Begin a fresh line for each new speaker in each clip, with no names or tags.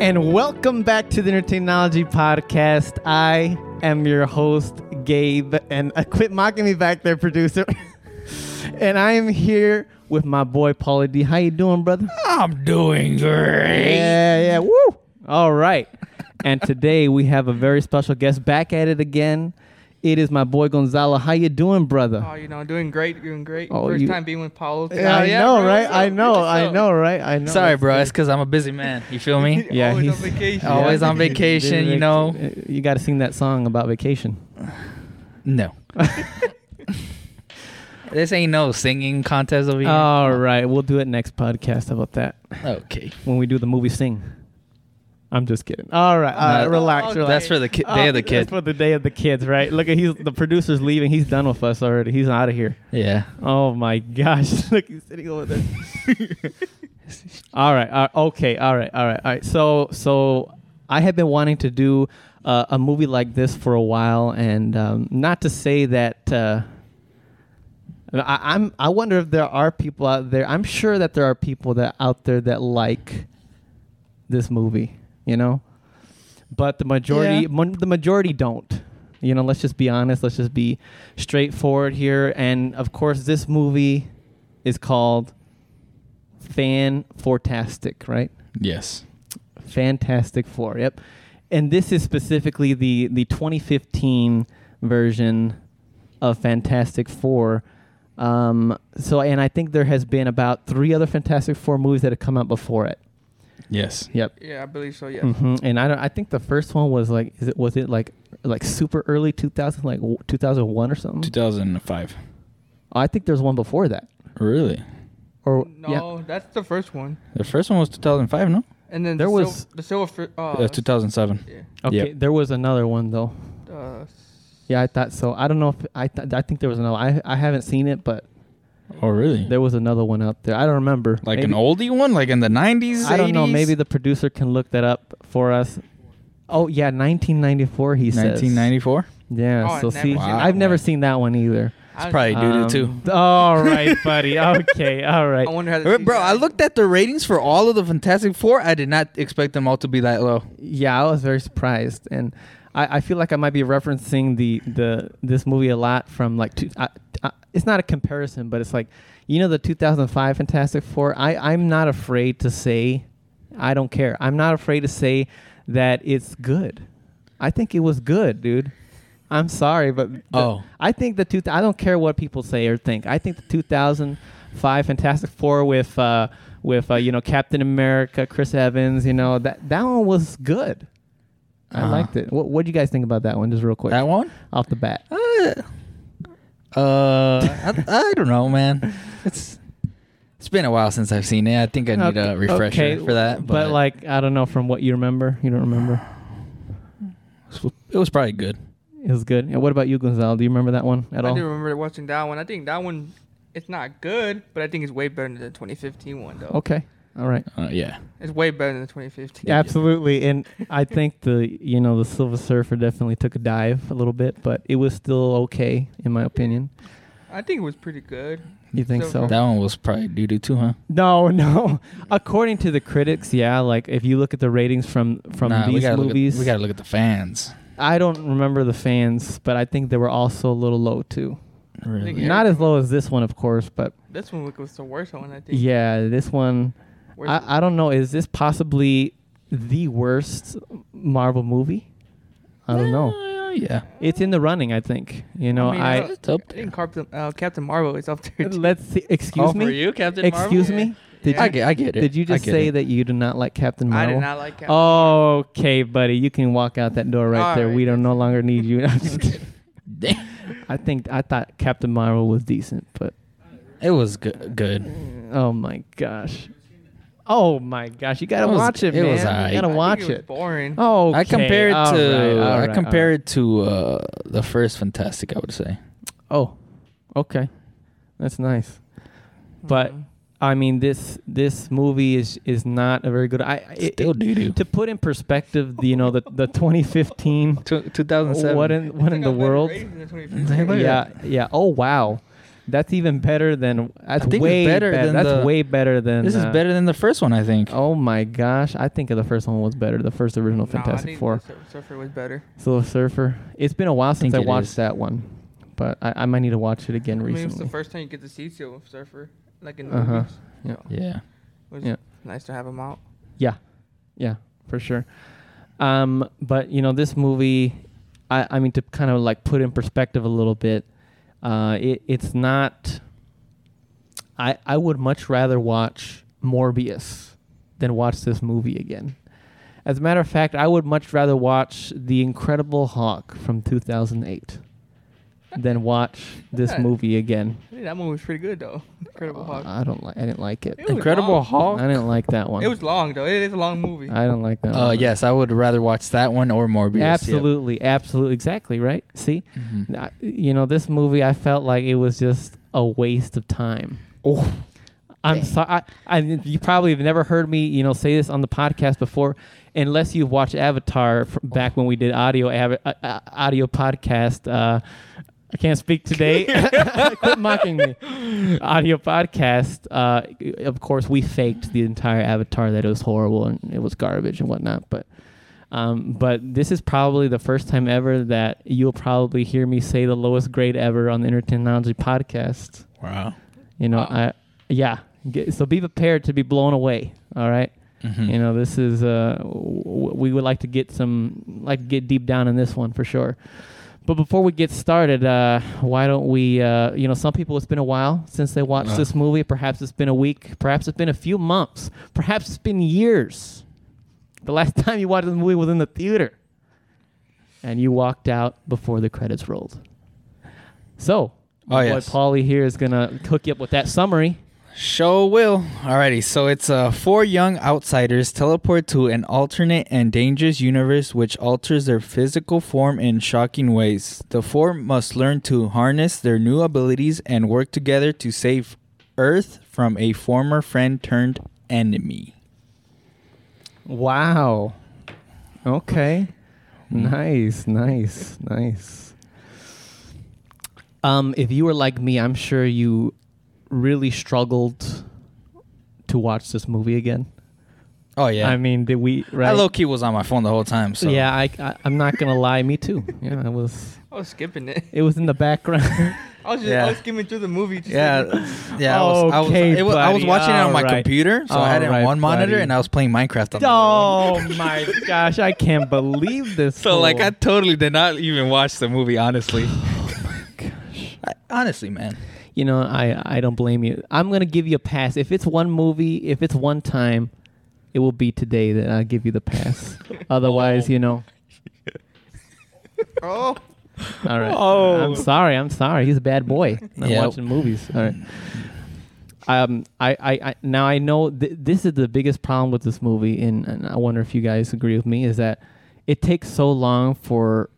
And welcome back to the Entertainology Podcast. I am your host, Gabe, and uh, quit mocking me back there, producer. and I am here with my boy, Paulie D. How you doing, brother?
I'm doing great.
Yeah, yeah. Woo! All right. and today we have a very special guest back at it again. It is my boy Gonzalo. How you doing, brother?
Oh, you know, doing great, doing great.
Oh,
First
you-
time being with Paulo.
I know, right? I know, I know, right? I know.
Sorry, bro. It's because I'm a busy man. You feel me?
Yeah,
Yeah, Always
he's-
on vacation.
Oh, Always on
Dude,
vacation, you
it's-
know.
You got to sing that song about vacation.
No. this ain't no singing contest over here.
All right, we'll do it next podcast. How about that?
okay.
When we do the movie Sing. I'm just kidding. All right, all right,
No,
relax,
okay.
relax.
That's for the ki- day of the
Uh,
kid.
That's for the day of the kids, right? Look at he's the producer's leaving. He's done with us already. He's out of here.
yeah.
Oh my gosh! Look, he's sitting over there. all right. all right, okay. All right. All right. All right. So, so I have been wanting to do uh, a movie like this for a while, and um, not to say that. Uh, I, I'm. I wonder if there are people out there. I'm sure that there are people that out there that like this movie. You know, but the majority,
Yeah.
mon- the majority don't. You know, let's just be honest. Let's just be straightforward here. And of course, this movie is called Fan Fortastic, right?
Yes.
Fantastic Four. Yep. And this is specifically the the 2015 version of Fantastic Four. Um, so, and I think there has been about three other Fantastic Four movies that have come out before it.
Yes.
Yep.
Yeah, I believe so. Yeah.
Mhm. And I don't. I think the first one was like, is it was it like like super early 2000, like 2001 or something?
2005.
Oh, I think there's one before that.
Really?
Or Mm-hmm. yeah.
No, that's the first one.
The first one was 2005, no?
And then
There
the
was-
sil- the silver. fir- Uh,
Uh, 2007.
yeah.
Okay,
Yep.
there was another one though.
Uh,
Yeah, I thought so. I don't know if I th- I think there was another. I I haven't seen it, but
Oh, really?
there was another one out there. I don't remember.
Like
Maybe-
an oldie one? Like in the 90s?
I don't know.
80s?
Maybe the producer can look that up for us. Oh yeah, 1994. He says
1994?
Yeah.
Oh, I've
so
never
see,
seen
that
I've never
one.
seen that one either.
I-
probably- Hey, dude, it too.
Um, All right, buddy. Okay. All right.
I wonder how. the
Uh, Bro,
season-
I looked at the ratings for all of the Fantastic Four. I did not expect them all to be that low.
yeah, I was very surprised, and I, I feel like I might be referencing the the this movie a lot from like two, I, I, it's not a comparison, but it's like you know the 2005 Fantastic Four. I I'm not afraid to say I don't care. I'm not afraid to say that it's good. I think it was good, dude. I'm sorry, but the-
Oh.
I think the two. I don't care what people say or think. I think the 2005 Fantastic Four with uh, with uh, you know Captain America, Chris Evans. You know that that one was good. I
Uh-huh.
liked it. What What do you guys think about that one? Just real quick,
That one?
off the bat.
Uh, uh I, I don't know, man. It's it's been a while since I've seen it. I think I need a refresher
okay,
for that.
But,
But, like,
like, I don't know from what you remember. You don't remember.
it was probably good.
It was good. And what about you, Gonzalo? Do you remember that one at
I
all?
do remember watching that one. I think that one, it's not good, but I think it's way better than the 2015 one though.
Okay. All right.
Uh, yeah,
It's way better than the 2015.
Absolutely, and I think the you know the Silver Surfer definitely took a dive a little bit, but it was still okay in my opinion.
I think it was pretty good.
You think so?
Silver.
that one was probably doo doo too, huh?
No, no. According to the critics, yeah. Like if you look at the ratings from from
Nah, we
these
gotta
movies,
Look at, we gotta look at the fans.
I don't remember the fans, but I think they were also a little low too.
Really. Yeah.
Not as low as this one, of course, but
This one was the worst one I think.
yeah, this one.
Worst-
I, I don't know. Is this possibly the worst Marvel movie? I don't know.
Uh, yeah.
It's in the running, I think. You know,
mean,
I,
uh,
It's up
I think Captain, uh, Captain Marvel is up there. too.
let's see. Excuse
Oh,
me.
for you, Captain
excuse
Marvel?
me. Did
Yeah.
I
you,
get, I get it.
did you
I
just
get
say
it.
that you do not like Captain
I
Marvel?
did not like Captain.
Oh, Okay, buddy, you can walk out that door right
All
there.
right.
We don't no longer need you. I'm just kidding.
Damn.
I think I thought Captain Marvel was decent, but
It was good. Good.
Mm.
oh my gosh, oh my gosh, you gotta
It was-
watch it,
it
man.
was
you
aight.
gotta
I think
watch
it. Was
it.
boring.
Oh,
I compare it to I compare
it.
it to uh, the first Fantastic. I would say.
Oh, okay, that's nice. But
Mhm.
I mean, this this movie is is not a very good. I I- it,
Still doo doo.
to put in perspective, the, you know, the the 2015.
2007.
What in what
It's
in
like
the
a better
world?
rating than 2015.
Look at
yeah, yeah. Oh wow. That's even better than. That's
I think it's
way better.
better than
that's
the-
way better than.
This is
uh,
better than the first one, I think.
Oh my gosh! I think the first one was better. The first original
Nah, I
Fantastic
think
Four.
the Sur- Surfer was better.
Silver Surfer. It's been a while since
think
I
it
watched
is.
that one, but I, I might need to watch it again
I mean, it was the
recently.
first time you get to see Silver Surfer, like in the
Uh-huh.
movies.
Yeah.
So,
Yeah.
it was
Yeah.
nice to have him out.
Yeah, yeah, for sure. Um, but you know, this movie, I, I mean, to kind of like put in perspective a little bit, uh, it, it's not. I I would much rather watch Morbius than watch this movie again. As a matter of fact, I would much rather watch The Incredible Hulk from 2008 than watch this movie again.
Hey, that one was pretty good though. Incredible
Uh,
Hulk.
I don't like. I didn't like it.
It was
Incredible
long.
Hulk.
I didn't like that one.
It was long though. It is a long movie.
I don't like that.
Uh,
one.
yes, I would rather watch that one or Morbius. yep.
Absolutely, absolutely, exactly right. See,
Mhm.
I- you know, this movie, I felt like it was just a waste of time. Oh, I'm sorry. I, I, you probably have never heard me, you know, say this on the podcast before, unless you've watched Avatar fr- back when we did audio av- uh, uh, audio podcast. Uh, I can't speak today. Quit mocking me. Audio podcast. Uh, of course, we faked the entire Avatar that it was horrible and it was garbage and whatnot, but. Um, but this is probably the first time ever that you'll probably hear me say the lowest grade ever on the Entertainology podcast.
Wow.
You know,
Wow.
I yeah. Get, so be prepared to be blown away. All right?
Mhm.
You know, this is uh, w- w- we would like to get some like to get deep down in this one for sure. But before we get started, uh, why don't we? Uh, you know, some people it's been a while since they watched
Uh.
this movie. Perhaps it's been a week. Perhaps it's been a few months. Perhaps it's been years. The last time you watched this movie was in the theater, and you walked out before the credits rolled. So,
Oh,
my
yes.
boy Paulie here is gonna hook you up with that summary.
Show will. Alrighty, so it's uh, four young outsiders teleport to an alternate and dangerous universe which alters their physical form in shocking ways. The four must learn to harness their new abilities and work together to save Earth from a former friend turned enemy.
Wow. Okay. Hmm. Nice, nice, nice. Um, if you were like me, I'm sure you really struggled to watch this movie again.
Oh yeah,
I mean, did we? Right?
I low key was on my phone the whole time. So
Yeah, I, I, I'm not gonna lie. Me too. Yeah, I was.
I was skipping it.
It was in the background.
I was just
Yeah.
I was skimming through the movie. Just
Yeah, yeah. I was, I was,
Okay,
it was, I was
buddy.
watching it on my
All right.
computer, so I had it on
All right,
one monitor,
buddy.
and I was playing Minecraft on the other
oh my gosh! I can't believe this.
So like, I
fool.
totally did not even watch the movie. Honestly, I, honestly, man.
you know, I I don't blame you. I'm gonna give you a pass. If it's one movie, if it's one time, it will be today that I give you the pass. Otherwise, you know.
Oh,
All right.
Oh.
I'm sorry. I'm sorry. He's a bad boy. I'm
Yep.
watching movies. All right. Um, I, I, I now I know th- this is the biggest problem with this movie, and, and I wonder if you guys agree with me is that it takes so long for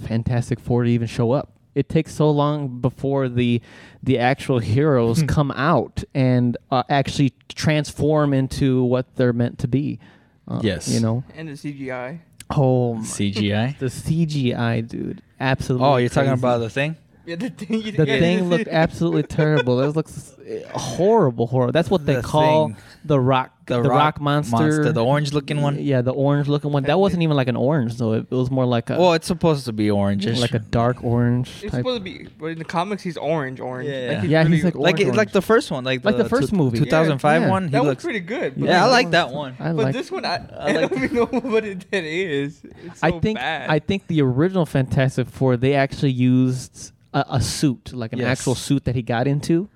Fantastic Four to even show up. It takes so long before the the actual heroes come out and uh, actually transform into what they're meant to be. Uh,
Yes.
you know.
and the CGI.
Oh, my-
CGI.
the CGI, dude, absolutely.
Oh, you're talking
crazy.
about the thing?
Yeah, the thing. You,
The
yeah,
thing looked absolutely terrible. That looks eh, horrible, horrible. That's what they
The
call
thing.
the rock, the, rock, monster.
the orange-looking one.
Yeah, the orange looking one. That wasn't even like an orange though. It, it was more like a
Well, it's supposed to be orangish,
like a dark orange
It's
type.
supposed to be, but in the comics he's orange, orange.
Yeah,
like
yeah.
Yeah, he's like
like
orange,
it, like
orange.
the first one, like the,
Like the first movie. Yeah.
2005
Yeah.
one. He
that
looks.
was pretty good. But
yeah, I like
was-
that one.
I
But
like.
this one, I,
I
I,
like-
don't even know what it that is. It's so
I think
bad.
I think the original Fantastic Four they actually used a, a suit, like an
Yes.
actual suit that he got into,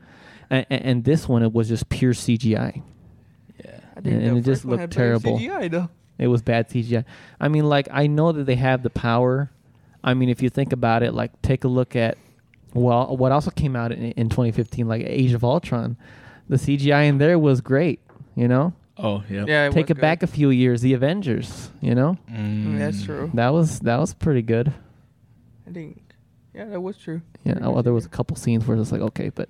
and, and this one it was just pure CGI.
yeah.
I
and
the
it just
first one
looked
had better
terrible.
CGI though.
It was bad CGI. I mean, like I know that they have the power. I mean, if you think about it, like take a look at well, what also came out in, in 2015, like Age of Ultron. The CGI in there was great. You know,
Oh yeah.
Yeah, it
take it
was good.
back a few years. The Avengers. You know,
Mm, that's true.
that was that was pretty good.
I think. Yeah, that was true.
Yeah,
Pretty
oh,
good
there was a
CGI.
couple scenes where it's like okay, but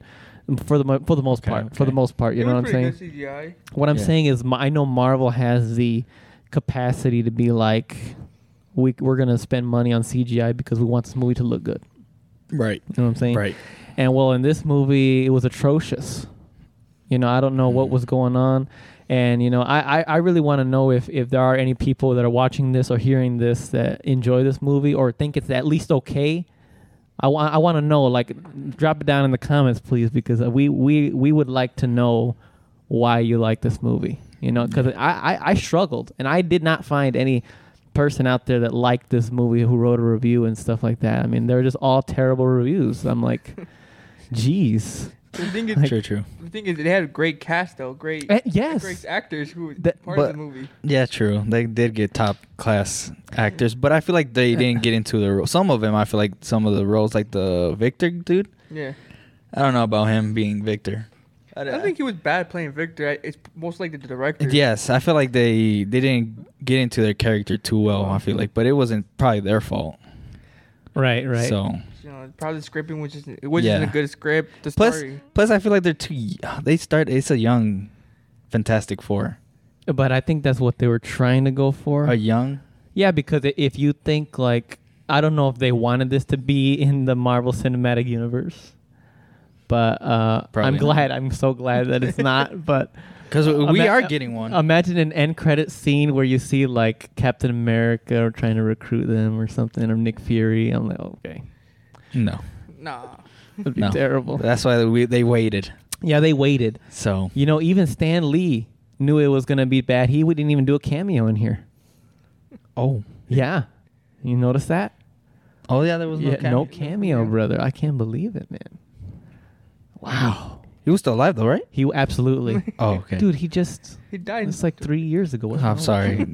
for the mo- for the most
Okay,
part, for the
okay.
most part, you
It
know
was
what I'm
pretty
saying.
Good CGI.
What I'm
Yeah.
saying is, my, I know Marvel has the capacity to be like, we, we're going to spend money on CGI because we want this movie to look good.
Right.
You know what I'm saying? And well, in this movie, it was atrocious. You know, I don't know
Mm.
what was going on. And, you know, I, I, I really want to know if, if there are any people that are watching this or hearing this that enjoy this movie or think it's at least okay. I want I want to know. Like, drop it down in the comments, please, because we we we would like to know why you like this movie. You know, because I, I I struggled and I did not find any person out there that liked this movie who wrote a review and stuff like that. I mean, they're just all terrible reviews. I'm like, geez.
The thing is,
Like-
true, true.
the thing is, they had a great cast though. Great,
Eh, yes.
great actors who were
That-
part
but-
of the movie.
Yeah, true. They did get top class actors, but I feel like they didn't get into the role. Some of them, I feel like some of the roles, like the Victor dude.
Yeah,
I don't know about him being Victor.
I don't think he was bad playing Victor. I- It's most likely the director.
Yes, I feel like they they didn't get into their character too well. I feel like, but it wasn't probably their fault.
Right, right.
So
you know, probably the scripting was just it wasn't
Yeah.
a good script. The
plus
story.
plus, I feel like they're too. y- They start. It's a young, Fantastic Four.
But I think that's what they were trying to go for.
A young.
yeah, because i- if you think like I don't know if they wanted this to be in the Marvel Cinematic Universe. But uh, I'm
Probably
glad.
not.
I'm so glad that it's not. But
Because we
Ima-
are getting one.
Imagine an end credit scene where you see like Captain America or trying to recruit them or something, or Nick Fury. I'm like, okay,
no,
Nah.
that'd be
no,
terrible.
That's why we, they waited.
yeah, they waited.
So
You know, even Stan Lee knew it was gonna be bad. He didn't even do a cameo in here.
oh
Yeah, you notice that?
oh yeah, there was
Yeah,
no cameo.
no cameo, brother. I can't believe it, man. Wow.
He was still alive though, right?
He absolutely,
Oh okay.
dude. He just
He died.
it's like three years ago. wasn't
I'm
it?
sorry.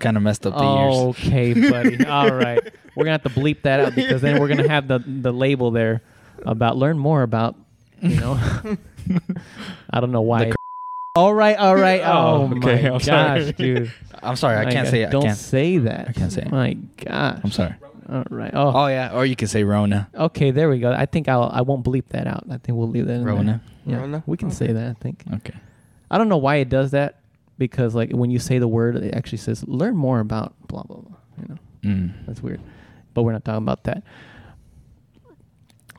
kind of messed up the years.
Okay, buddy. All right. We're gonna have to bleep that out because then we're gonna have the the label there about learn more about you know. I don't know why.
The
all right, all right. Oh,
Oh, okay,
my
I'm
gosh,
sorry.
dude.
I'm sorry. I
My
can't
God.
say it. I
uh, Don't
can't.
say that.
I can't say it.
My gosh.
I'm sorry.
All right. Oh.
Oh yeah, or you could say Rona.
Okay, there we go. I think I'll I won't bleep that out. I think we'll leave that in there.
Rona.
Yeah,
Rona?
we can say that. I think.
Okay.
I don't know why it does that because like when you say the word, it actually says learn more about blah blah blah. You know.
Mm.
That's weird. But we're not talking about that.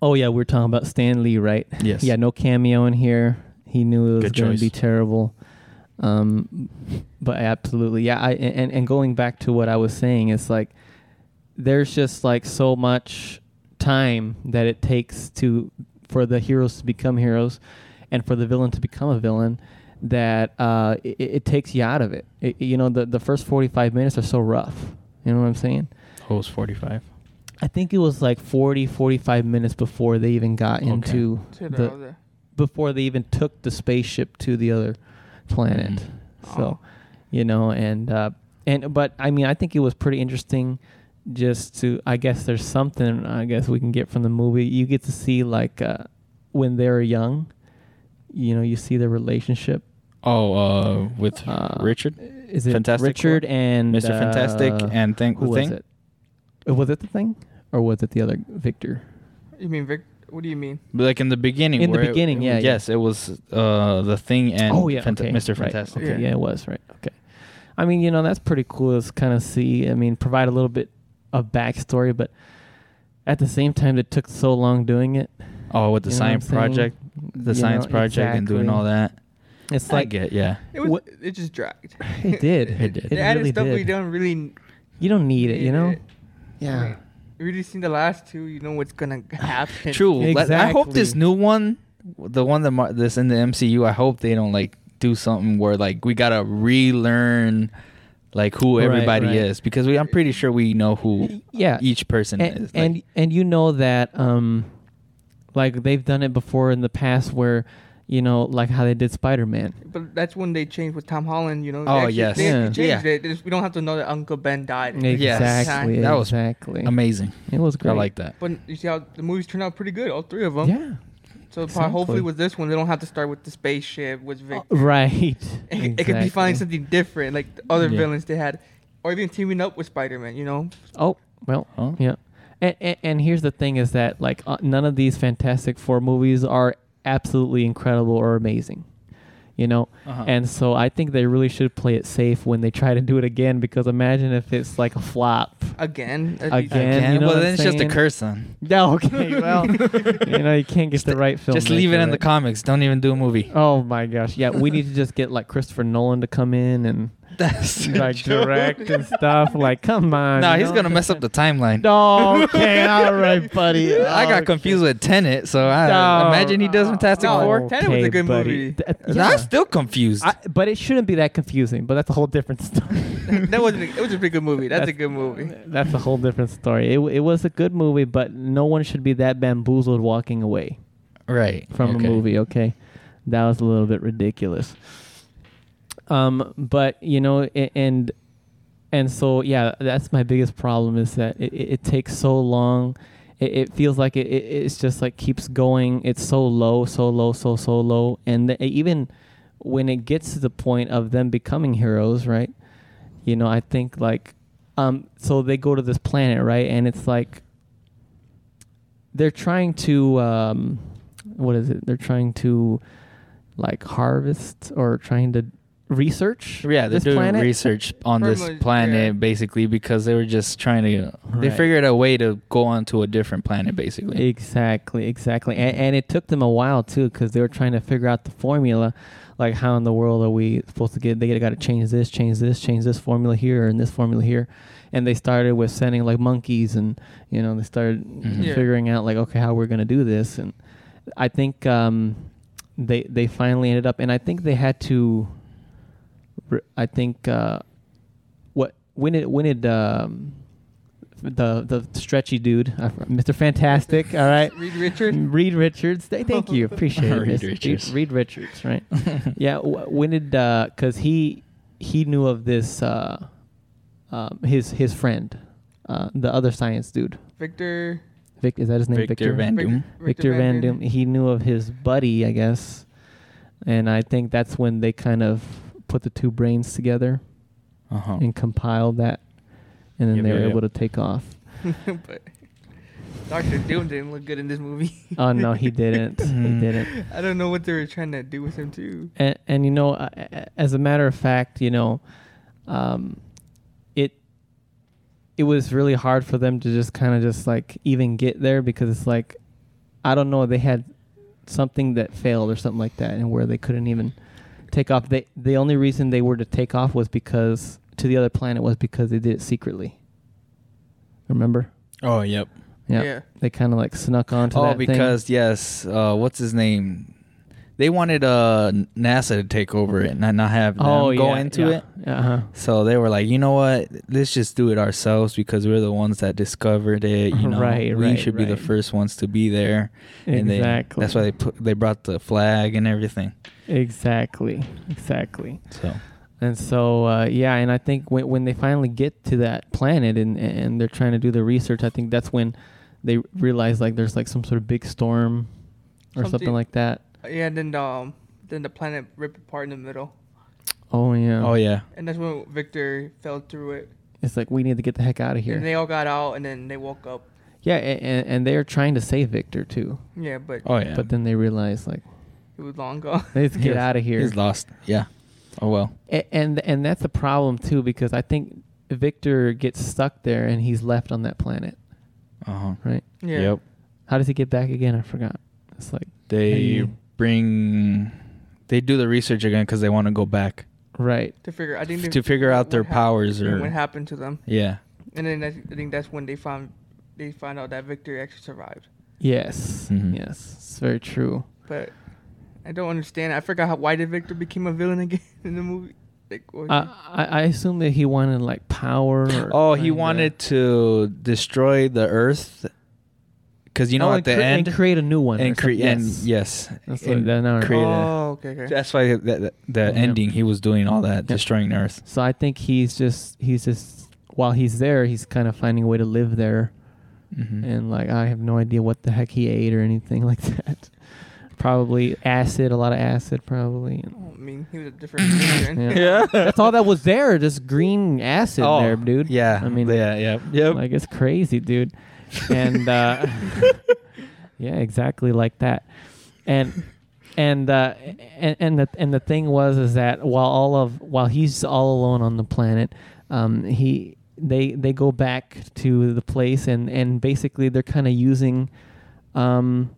Oh yeah, we're talking about Stan Lee, right?
Yes.
Yeah, no cameo in here. He knew it was
Good
going
choice.
to be terrible. Um, but absolutely, yeah. I and and going back to what I was saying, it's like there's just like so much time that it takes to for the heroes to become heroes, and for the villain to become a villain that uh, it, it takes you out of it. it. You know, the the first 45 minutes are so rough. You know what I'm saying?
Host 45.
I think it was like 40, 45 minutes before they even got
Okay.
into
To the
the,
other.
before they even took the spaceship to the other planet.
Mm.
So,
Oh.
you know, and uh, and but I mean, I think it was pretty interesting. Just to, I guess there's something I guess we can get from the movie. You get to see like uh, when they're young, you know, you see their relationship.
Oh, uh, with
Uh,
Richard,
Is it
Fantastic
Richard
Four?
and
Mr. Fantastic,
uh,
and thing,
who
thing?
was it? Uh, Was it the thing, or was it the other Victor?
You mean Vic? What do you mean?
Like in the beginning.
In the
where it-
beginning, yeah, yeah.
Yes, it was uh the thing and
oh yeah,
Fanta-
okay,
Mr.
right,
Fantastic.
okay, yeah.
Yeah.
it was right. Okay, I mean, you know, that's pretty cool. to kind of see. I mean, provide a little bit of backstory, but at the same time, it took so long doing it.
Oh, with the
You know what I'm
science
saying?
project, the
You
science
know,
project, and doing
exactly.
all that.
It's
I
like
get, yeah.
It was.
What-
It just dragged.
it did.
It did.
It
They added
really
stuff we
did.
don't really.
you don't need it, you know.
it. Right. Really seen the last two. You know what's gonna happen.
True. Let- I hope this
Exactly.
new one, the one that mar- that's in the MCU, I hope they don't like do something where like we gotta relearn like who
Right,
everybody
right.
is because we I'm pretty sure we know who
Yeah.
each person
and,
is.
and
like,
and you know that um like they've done it before in the past where you know like how they did spider-man
But that's when they changed with Tom Holland. You know. They
Oh,
actually-
yes.
They actually
Yeah.
changed
Yeah.
it. They just- we don't have to know that Uncle Ben died.
exactly
Yes. That was
exactly
amazing.
it was great
I like that.
But you see how the movies turned out pretty good. All three of them.
yeah
So
Exactly.
probably hopefully with this one, they don't have to start with the spaceship with Vic.
right
it, it could be finding
Exactly.
something different, like the other
Yeah.
villains they had, or even teaming up with Spider-Man. You know,
Oh well,
Huh?
yeah. And, and and here's the thing: is that like uh, none of these Fantastic Four movies are absolutely incredible or amazing. you know.
Uh-huh.
And so I think they really should play it safe when they try to do it again because imagine if it's like a flop.
Again. That'd be-
Again. you know
well,
what I'm
then it's just a
saying?
curse, then.
Yeah, okay, well, you know, you can't get the right film.
just leave it in the
comments.
comics. Don't even do a movie.
Oh my gosh, yeah, we need to just get like Christopher Nolan to come in and
That's
like direct and stuff. Like, come on.
no,
you
he's
know?
gonna mess up the timeline.
No, okay, all right, buddy.
I got
Okay.
confused with Tenet, so I
No.
imagine he does Fantastic
No.
Four.
Tenet was a good movie.
That-
And
uh, yeah.
I'm still confused.
I, but it shouldn't be that confusing. But that's a whole different story.
that wasn't. It was a pretty good movie. That's, a
That's-
good movie.
that's a whole different story. It, w- it was a good movie, but no one should be that bamboozled walking away
right
from
okay.
a movie. Okay, that was a little bit ridiculous. Um, but you know, a- and and so yeah, that's my biggest problem is that it, it, it takes so long. It, it feels like it, it it's just like keeps going. It's so low, so low, so so low, and th- even when it gets to the point of them becoming heroes, right? You know, I think like um, so they go to this planet, right? And it's like they're trying to um, what is it? They're trying to like harvest or trying to research.
Yeah, they're
this
doing
planet?
research on this
Pretty much,
planet
yeah.
basically because they were just trying to. They
Right.
figured a way to go onto a different planet basically.
Exactly, exactly. And, and it took them a while too because they were trying to figure out the formula. Like, how in the world are we supposed to get? They got to change this, change this, change this formula here, and this formula here. And they started with sending like monkeys, and you know they started
Mhm.
Yeah.
figuring out like, okay, how we're gonna do this. And I think um, they they finally ended up, and I think they had to. re- I think uh, what when did when did um, the the stretchy dude, uh, Mr. Fantastic, all right,
Reed Richards.
Reed Richards. Th- thank you, appreciate it.
Reed
miss.
Richards.
Reed Richards, right? yeah. W- when did? Because he he knew of this. Uh, um, his his friend, uh, the other science dude.
Victor.
Vic, is that his name?
Victor Van
Vic-
Doom.
Victor Van Doom. He knew of his buddy, I guess, and I think that's when they kind of put the two brains together
Uh-huh.
and compiled that, and then
Yep,
they were
yep, yep.
able to take off.
but Doctor Doom didn't look good in this movie.
Oh no, he didn't. he
Mm.
didn't.
I don't know what they were trying to do with him too.
and, and you know, a- a- as a matter of fact, you know, um, it it was really hard for them to just kind of just like even get there because it's like I don't know they had something that failed or something like that, and where they couldn't even take off. They the only reason they were to take off was because to the other planet was because they did it secretly. Remember?
Oh yep.
Yeah.
They kind of like snuck onto
Oh
that thing.
because yes, uh, what's his name? They wanted uh, NASA to take over it and not have them
oh
go
yeah,
into
yeah,
it.
Uh-huh.
So they were like, you know what? Let's just do it ourselves because we're the ones that discovered it. You know,
Right,
we
right,
should be the
right.
first ones to be there. And they,
Exactly.
that's why they put, they brought the flag and everything.
Exactly. Exactly.
So
And so, uh, yeah, and I think when, when they finally get to that planet and, and they're trying to do the research, I think that's when they realize like there's like some sort of big storm or something,
Something-
like that.
Yeah, and then um, then the planet ripped apart in the middle,
Oh yeah.
oh yeah,
and that's when Victor fell through it.
It's like we need to get the heck out of
And
here.
they all got out, and then they woke up.
Yeah, and, and they're trying to save Victor too,
Yeah, but
oh yeah.
but then they realize like
Oh.
it was long gone.
let's
He's-
get out of here.
he's lost. Yeah. Oh well.
A- and and that's a problem too because I think Victor gets stuck there and he's left on that planet,
Uh huh.
right?
Yeah.
Yep.
How does he get back again? I forgot. It's like
They
Hey.
bring. They do the research again because they want to go back
right.
To figure, I think they-
to figure out their
what hap-
powers or
what happened to them,
yeah.
and then that's, I think that's when they found they found out that Victor actually survived.
Yes.
Mhm.
Yes. It's very true.
But I don't understand. I forgot how why did Victor became a villain again in the movie. Like, what was
Uh,
I, I I assume that he wanted like power. Or
Oh, he
kinda-
wanted to destroy the Earth because you know
Oh,
at
and
the
cre-
end
and create a new one
and
or
create
something.
yes. yes
That's what
and
they're now-
he-
create a-
oh, okay, okay.
that's why that, that, the
Yeah.
ending he was doing all that
Yeah.
destroying Earth.
So I think he's just he's just while he's there, he's kind of finding a way to live there,
Mm-hmm.
and like I have no idea what the heck he ate or anything like that. probably acid, a lot of acid, probably.
Oh, I mean, he was a different villain.
Yeah. That's all that was there, just green acid there, dude.
Oh, Yeah,
I mean,
yeah, yeah, yep.
Like it's crazy, dude. uh, And uh, yeah, exactly like that. And and uh, and and the and the thing was is that while all of while he's all alone on the planet, um, he they they go back to the place and and basically they're kind of using, um,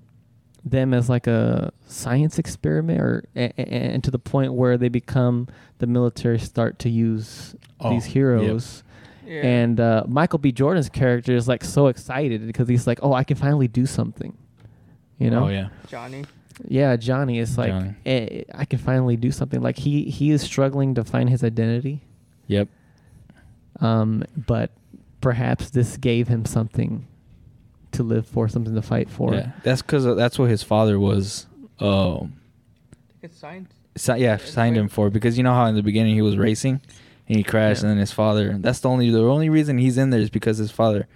them as like a science experiment or and, and to the point where they become the military start to use
Oh,
these
yep.
heroes.
Yeah.
And uh, Michael B. Jordan's character is like so excited because he's like, "Oh, I can finally do something," you know.
Oh yeah.
Johnny.
Yeah, Johnny is like,
Johnny.
eh, I can finally do something. Like he he is struggling to find his identity,
Yep.
um, but perhaps this gave him something to live for, something to fight for.
yeah. That's because that's what his father was. Um,
It's science.
si- yeah,
It's
signed him
weird.
for because you know how in the beginning he was racing, and he crashed,
Yeah.
and then his father. That's the only the only reason he's in there is because his father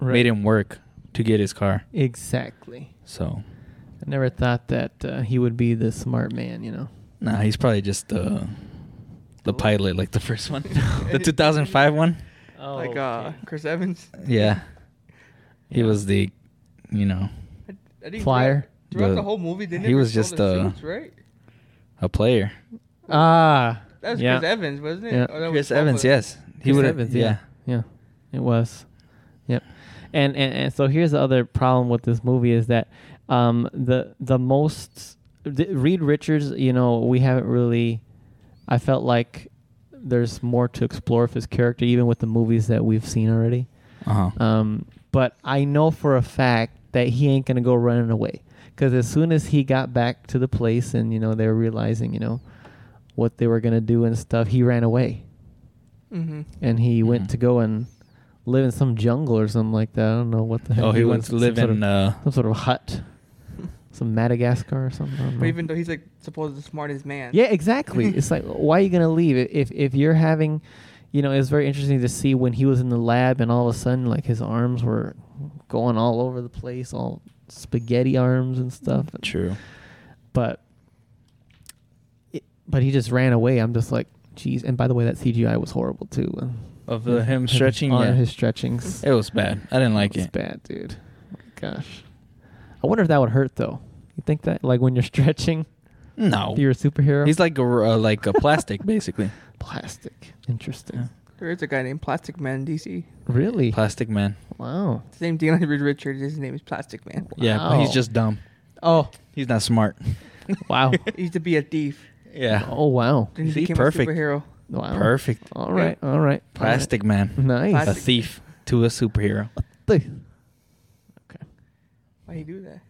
Right.
made him work to get his car.
Exactly.
So,
I never thought that uh, he would be the smart man. You know.
nah, he's probably just the the pilot, like the first one, the 2005 one.
Oh,
like uh, Chris Evans.
Yeah, he was the, you know,
I, I think
Flyer.
throughout- Throughout the,
The-
whole movie, they
he
never
was
sold
just,
the
uh,
suits, right?
a player.
Ah,
That was
yeah.
Chris Evans, wasn't it?
Yeah.
Or that was
Chris Evans,
Bubba.
yes, he
Chris
would.
Evans,
yeah.
yeah, it was, yep. And, and and so here's the other problem with this movie is that um, the the most the, Reed Richards, you know, we haven't really. I felt like there's more to explore of his character, even with the movies that we've seen already.
Uh huh.
Um, but I know for a fact that he ain't gonna go running away because as soon as he got back to the place and you know they were realizing you know what they were gonna do and stuff, he ran away
Mm-hmm.
and he
Mhm.
went to go and live in some jungle or something like that. I don't know what the hell.
Oh, he went
was-
to live
some sort
in
of,
uh,
some sort of hut, some Madagascar or something. I don't
But
know.
even though he's like supposed the smartest man.
yeah, exactly. it's like why are you gonna leave I- if if you're having, you know, it's very interesting to see when he was in the lab and all of a sudden like his arms were going all over the place, all spaghetti arms and stuff.
True.
But it, but he just ran away. I'm just like, geez. And by the way, that CGI was horrible too.
Of the him stretching,
on
yeah.
his stretchings.
It was bad. I didn't like
It's
it.
bad, dude. Oh my gosh. I wonder if that would hurt though. You think that like when you're stretching,
No,
if you're a superhero?
he's like a, uh, like a plastic basically.
plastic. Interesting.
There is a guy named Plastic Man in DC.
Really?
Plastic man.
wow.
Same deal like Reed Richards. His name is Plastic Man.
Yeah, but he's
Wow.
just dumb.
Oh.
He's not smart.
Wow.
He used to be a thief.
Yeah.
oh wow.
Then he
See,
became
perfect.
a superhero.
Wow.
Perfect.
All right. All right.
Plastic man.
Nice.
A
Plastic-
thief to a superhero.
Okay.
Why he do that?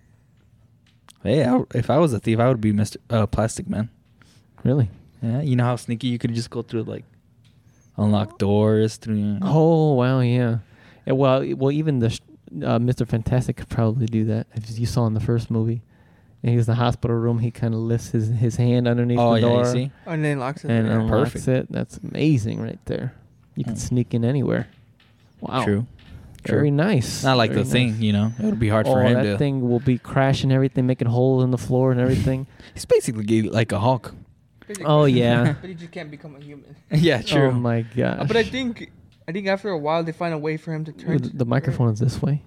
Hey, I, if I was a thief, I would be Mister uh, Plastic Man.
Really?
Yeah, you know how sneaky you could just go through like unlock doors through.
Oh wow. Yeah. And well, e- well, even the sh- uh, Mr. Fantastic could probably do that if you saw in the first movie. And he's in the hospital room. He kind of lifts his, his hand underneath
Oh,
the
yeah,
door.
you see.
Oh, and then locks it.
and
Yeah.
unlocks
Perfect.
it. That's amazing right there. You can
Mm.
sneak in anywhere. Wow.
True. True.
Very nice.
Not like
Very
the thing,
nice.
you know. It would be hard
oh,
for him
that
to.
thing will be crashing everything, making holes in the floor and everything.
He's basically like a Hulk.
Basically.
oh yeah.
But he just can't become a human.
yeah, true.
Oh my gosh.
Uh, But I think, I think after a while they find a way for him to
Ooh,
turn.
the the microphone is this way.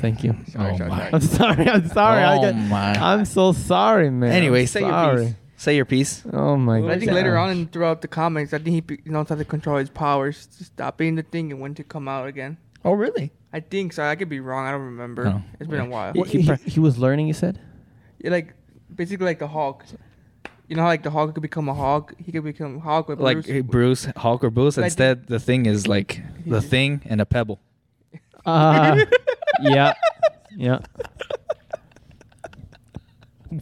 Thank you.
Sorry,
Oh
sorry,
my.
I'm
sorry.
sorry. I'm sorry. I
Oh
got,
my.
I'm so sorry, man.
anyway,
I'm
say
sorry.
your piece. Say your piece.
Oh my
But
god.
I think later on and throughout the comics, I think he be- knows how to control his powers to stop being the thing and when to come out again.
Oh, really?
I think so. I could be wrong. I don't remember.
Oh.
It's been a while.
he, he, he was learning. You said.
Yeah, like basically like the Hulk. You know how like the Hulk could become a Hulk. He could become Hulk with
Like hey,
Bruce.
Bruce, Hulk or Bruce.
Like-
Instead, the thing is like the
Yeah.
thing and a pebble.
Uh, yeah. Yeah.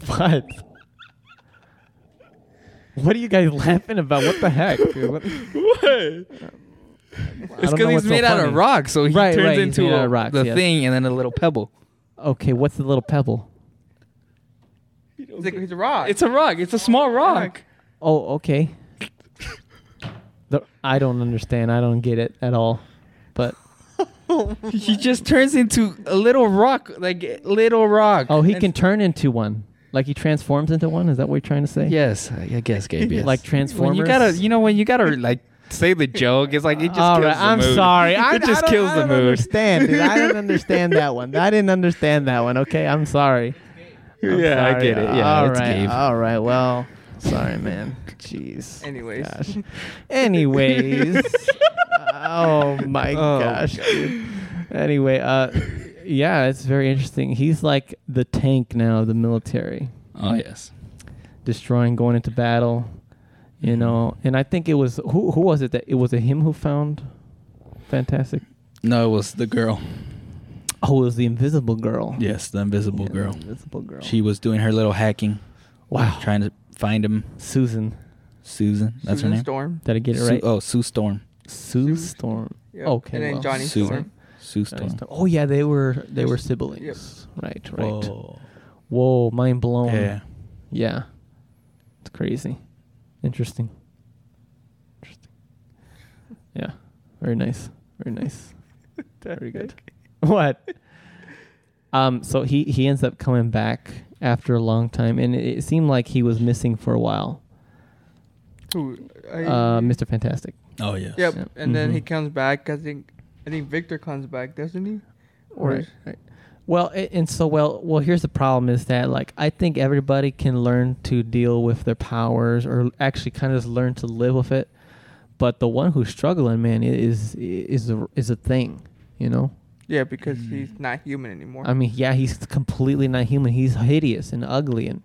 What? What are you guys laughing about? What the heck? dude? What- I don't know
It's because he's
what's so
made out of
funny.
rock, so he
Right,
turns
right, he's
into
made out
a,
of rocks,
the
yes.
thing and then a little pebble.
Okay, what's the little pebble?
He's like he's a rock.
It's a rock. It's a small rock.
Oh, okay. The- I don't understand. I don't get it at all. But
He just turns into a little rock, like little rock.
oh, he
And-
can turn into one. Like he transforms into one. Is that what you're trying to say?
Yes, I I guess, Gabe. Yes.
Like
When
Transformers.
you gotta, you know, when you gotta like say the joke, it's like it just
All
kills
right,
the
I'm
mood.
sorry.
It
I,
just
I don't,
kills
I
the
don't
mood.
Understand, dude. I didn't understand that one. I didn't understand that one. Okay, I'm sorry. I'm
Yeah, I get
sorry.
it. Yeah,
all
it's
right,
Gabe.
all right. Well, sorry, man. Jeez.
Anyways.
Gosh. Anyways. oh my
Oh,
gosh. dude. Anyway, uh, yeah, it's very interesting. He's like the tank now of the military,
Oh yes.
destroying, going into battle. You
Mm-hmm.
know, and I think it was who who was it that it was it him who found Fantastic?
No, it was the girl.
Oh, it was the Invisible Girl.
Yes, the invisible
Yeah, the
girl.
Invisible Girl.
She was doing her little hacking.
Wow.
Trying to find him.
Susan.
Susan. That's
Susan
her name.
Storm.
Did I get it
Sue-
right?
oh, Sue Storm.
Sue
Sue-
Storm.
Yep.
Okay.
And then
well,
Johnny
Sue.
Storm.
Sue
Johnny
Storm.
Storm. Oh yeah, they were they were siblings. Right. Right. Whoa.
Whoa.
Mind blown.
Yeah.
Yeah. It's crazy. Interesting. Interesting. Yeah. Very nice. Very nice. Very good. What? Um. So he he ends up coming back after a long time, and it, it seemed like he was missing for a while.
Who? I-
Uh, Mr. Fantastic.
Oh yes.
Yep.
Yep.
And then he
Mhm.
comes back. I think. I think Victor comes back, doesn't he? Or
Right. right. Well, a- and so well, well. Here's the problem: is that like I think everybody can learn to deal with their powers, or actually kind of just learn to live with it. But the one who's struggling, man, i- is is a, is a thing, you know.
Yeah, because
Mm.
he's not human anymore.
I mean, yeah, he's completely not human. He's hideous and ugly, and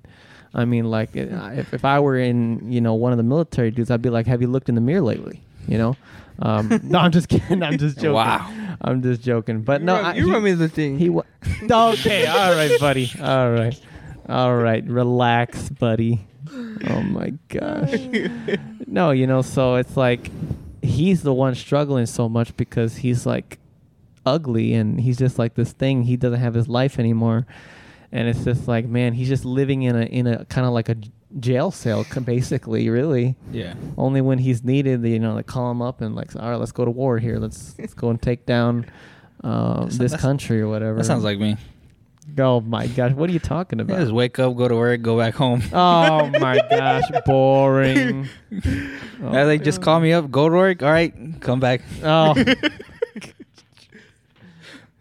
I mean, like, i-
Hmm.
if if I were in you know one of the military dudes, I'd be like, "Have you looked in the mirror lately?" You know. Um, no, I'm just kidding. I'm just joking.
Wow.
I'm just joking. But
You
no,
rub-
I,
you
he-
run me the thing.
he was okay. All right, buddy. All right, all right. Relax, buddy. Oh my gosh. No, you know, so it's like he's the one struggling so much because he's like ugly and he's just like this thing. He doesn't have his life anymore, and it's just like man, he's just living in a in a kind of like a j- jail cell, c- basically. Really.
Yeah.
Only when he's needed, you know, they call him up and like, all right, let's go to war here. Let's let's go and take down uh,
That's-
this
that's-
country or whatever.
That sounds like me.
Oh my gosh, what are you talking
I
about?
just wake up, go to work, go back home.
Oh my gosh, boring. Oh.
I like just call me up, go to work. All right, come back.
Oh.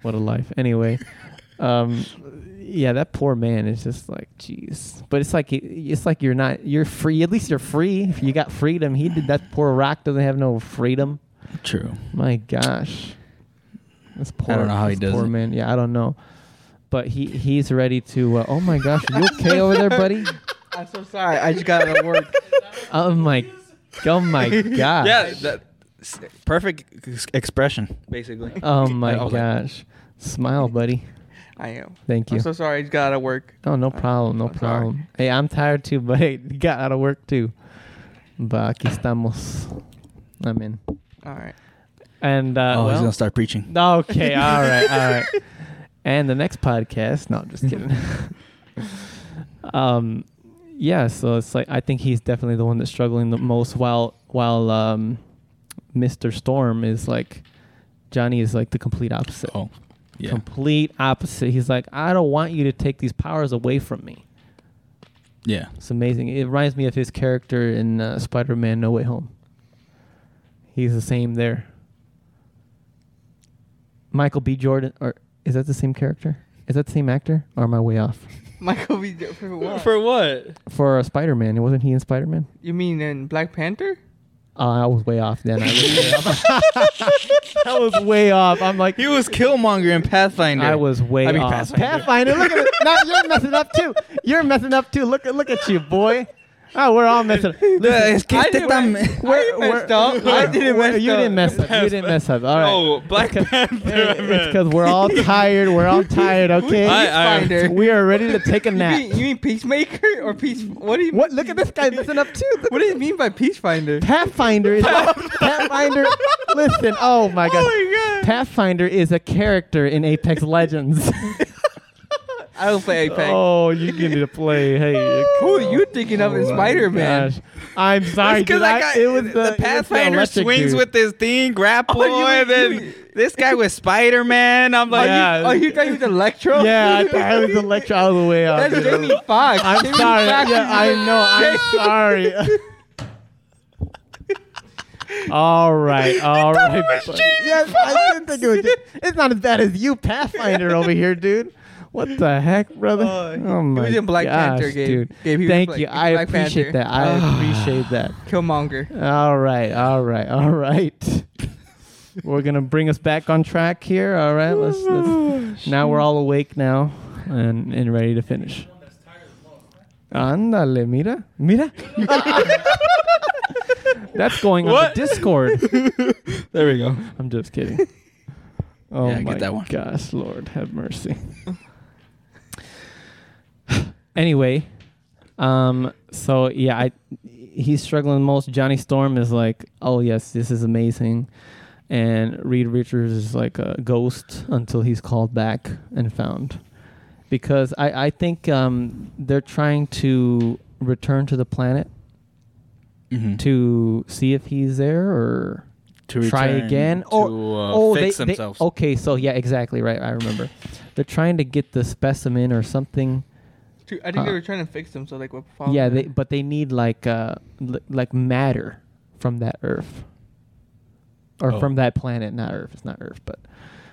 what a life. Anyway, um yeah, that poor man is just like, jeez. But it's like it's like you're not you're free. At least you're free. If you got freedom, he did that poor rock doesn't have no freedom.
True.
My gosh. That's poor.
don't know how he
this
does
Poor
it.
man. Yeah, I don't know. But he he's ready to uh, Oh my gosh, you okay over there, buddy?
I'm so sorry. I just got out of work.
Oh my, oh my gosh.
Yeah, that, s- perfect ex- expression, basically.
Oh my
I was like-
gosh. Smile, buddy.
I am.
Thank you.
I'm so sorry. I just got out of work. Uh,
Oh, no problem, no
I'm sorry.
problem. Hey, I'm tired too, but hey, got out of work too. But aquí estamos. I'm in.
All right.
And uh,
oh, he's
well-
gonna start preaching.
Okay, all right, all right. And the next podcast. No, I'm just kidding. um, yeah. So it's like I think he's definitely the one that's struggling the most. While while um, Mr. Storm is like Johnny is like the complete opposite.
Oh, yeah.
Complete opposite. He's like, I don't want you to take these powers away from me.
Yeah.
It's amazing. It reminds me of his character in uh, Spider-Man: No Way Home. He's the same there. Michael B. Jordan, or is that the same character? Is that the same actor? Or am I way off?
Michael B. Jordan for what?
what?
For uh, Spider-Man, wasn't he in Spider-Man?
you mean in Black Panther?
Uh, I was way off then. I was way off. I was way off. I'm like,
He was Killmonger in Pathfinder.
I was way
I mean,
off.
Pathfinder.
Look at it. Not, you're messing up too. You're messing up too. Look at look at you, boy.
Ah,
Oh, we're all messing up.
Yeah, es que
I
este
didn't
tam-
mess- I didn't mess up. I didn't
where-
mess
you
up.
didn't mess up. You didn't mess up. All right.
Oh, Black
It's 'cause-
Panther, I
It's
meant.
because we're all tired. We're all tired. Okay.
I- I-
Spider.
we are ready to take a
You
nap.
mean, you mean Peacemaker or Peace? What do you?
What? Look at this guy messing up too. Look
What
at
do you mean by Peace Finder?
Pathfinder is Pathfinder. Listen, oh my god.
my God.
Pathfinder is a character in Apex Legends.
I don't play Apex.
Oh, you get to play. Hey, Oh,
Who are you thinking of in Spider Man?
gosh. I'm sorry,
It's 'cause
dude.
I
I
got-
it was the, it was
Pathfinder
electric
swings
dude.
with his thing, grapple,
Oh, you-
and then
you-
this guy with Spider Man. I'm like,
Yeah.
Oh, you thought he was Electro?
Yeah, I, thought it was Electro all the way up.
That's Jamie Foxx.
I'm
Jamie
sorry.
Foxx
Yeah,
is-
I know. I'm sorry. all right. All right. Yes, I didn't think it was. It's not as bad as you, Pathfinder, over here, dude. What the heck, brother?
Uh,
oh
he
my
was in Black
gosh,
Panther, Gabe.
dude.
Gabe, he was
Thank
Black-
you.
he was
I
Black
appreciate
Panther.
that. I appreciate that.
Killmonger.
All right, all right, all right. we're gonna bring us back on track here. All right, let's. let's now we're all awake now and and ready to finish. Andale, mira, mira. That's going on
What?
the Discord.
There we go.
I'm just kidding. Oh
Yeah, get
my
that one.
gosh, Lord have mercy. anyway, um, so yeah, I he's struggling the most. Johnny Storm is like, oh yes, this is amazing, and Reed Richards is like a ghost until he's called back and found, because I I think um they're trying to return to the planet
Mhm.
to see if he's there or
To
try
return
again
to,
or
uh,
oh,
fix
they,
themselves.
They, okay, so yeah, exactly right. I remember. They're trying to get the specimen or something.
Dude, I think
Uh,
they were trying to fix them, so like what? followed
yeah,
them.
they, but they need like uh li- like matter from that Earth or
Oh.
from that planet. Not Earth. It's not Earth, but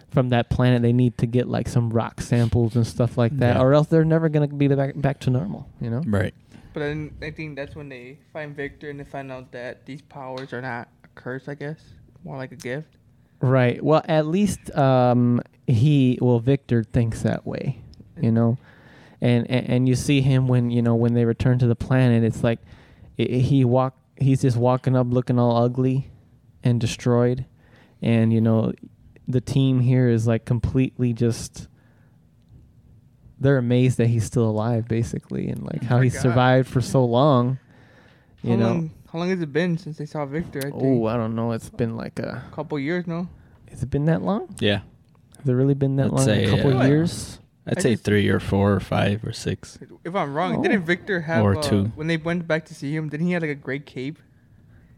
from that planet, they need to get like some rock samples and stuff like that,
Yeah.
or else they're never gonna be the back back to normal. You know.
Right.
But then I think that's when they find Victor and they find out that these powers are not a curse. I guess more like a gift.
Right. Well, at least um, he, well, Victor thinks that way, you know, and, and and you see him when you know when they return to the planet. It's like i i- he walk. He's just walking up, looking all ugly and destroyed, and you know, the team here is like completely just. They're amazed that he's still alive, basically, and like how
Oh my
he
God.
survived for so long. You
how
know.
long, how long has it been since they saw Victor? I think
Oh, I don't know. It's been like a.
a couple years no.
Has it been that long?
Yeah.
Has it really been that
Let's
long?
say,
a couple
uh,
years?
I'd
I
say
just-
three or four or five or six.
If I'm wrong,
Oh.
didn't Victor have
Or
uh,
two.
when they went back to see him? Didn't he have like a great cape?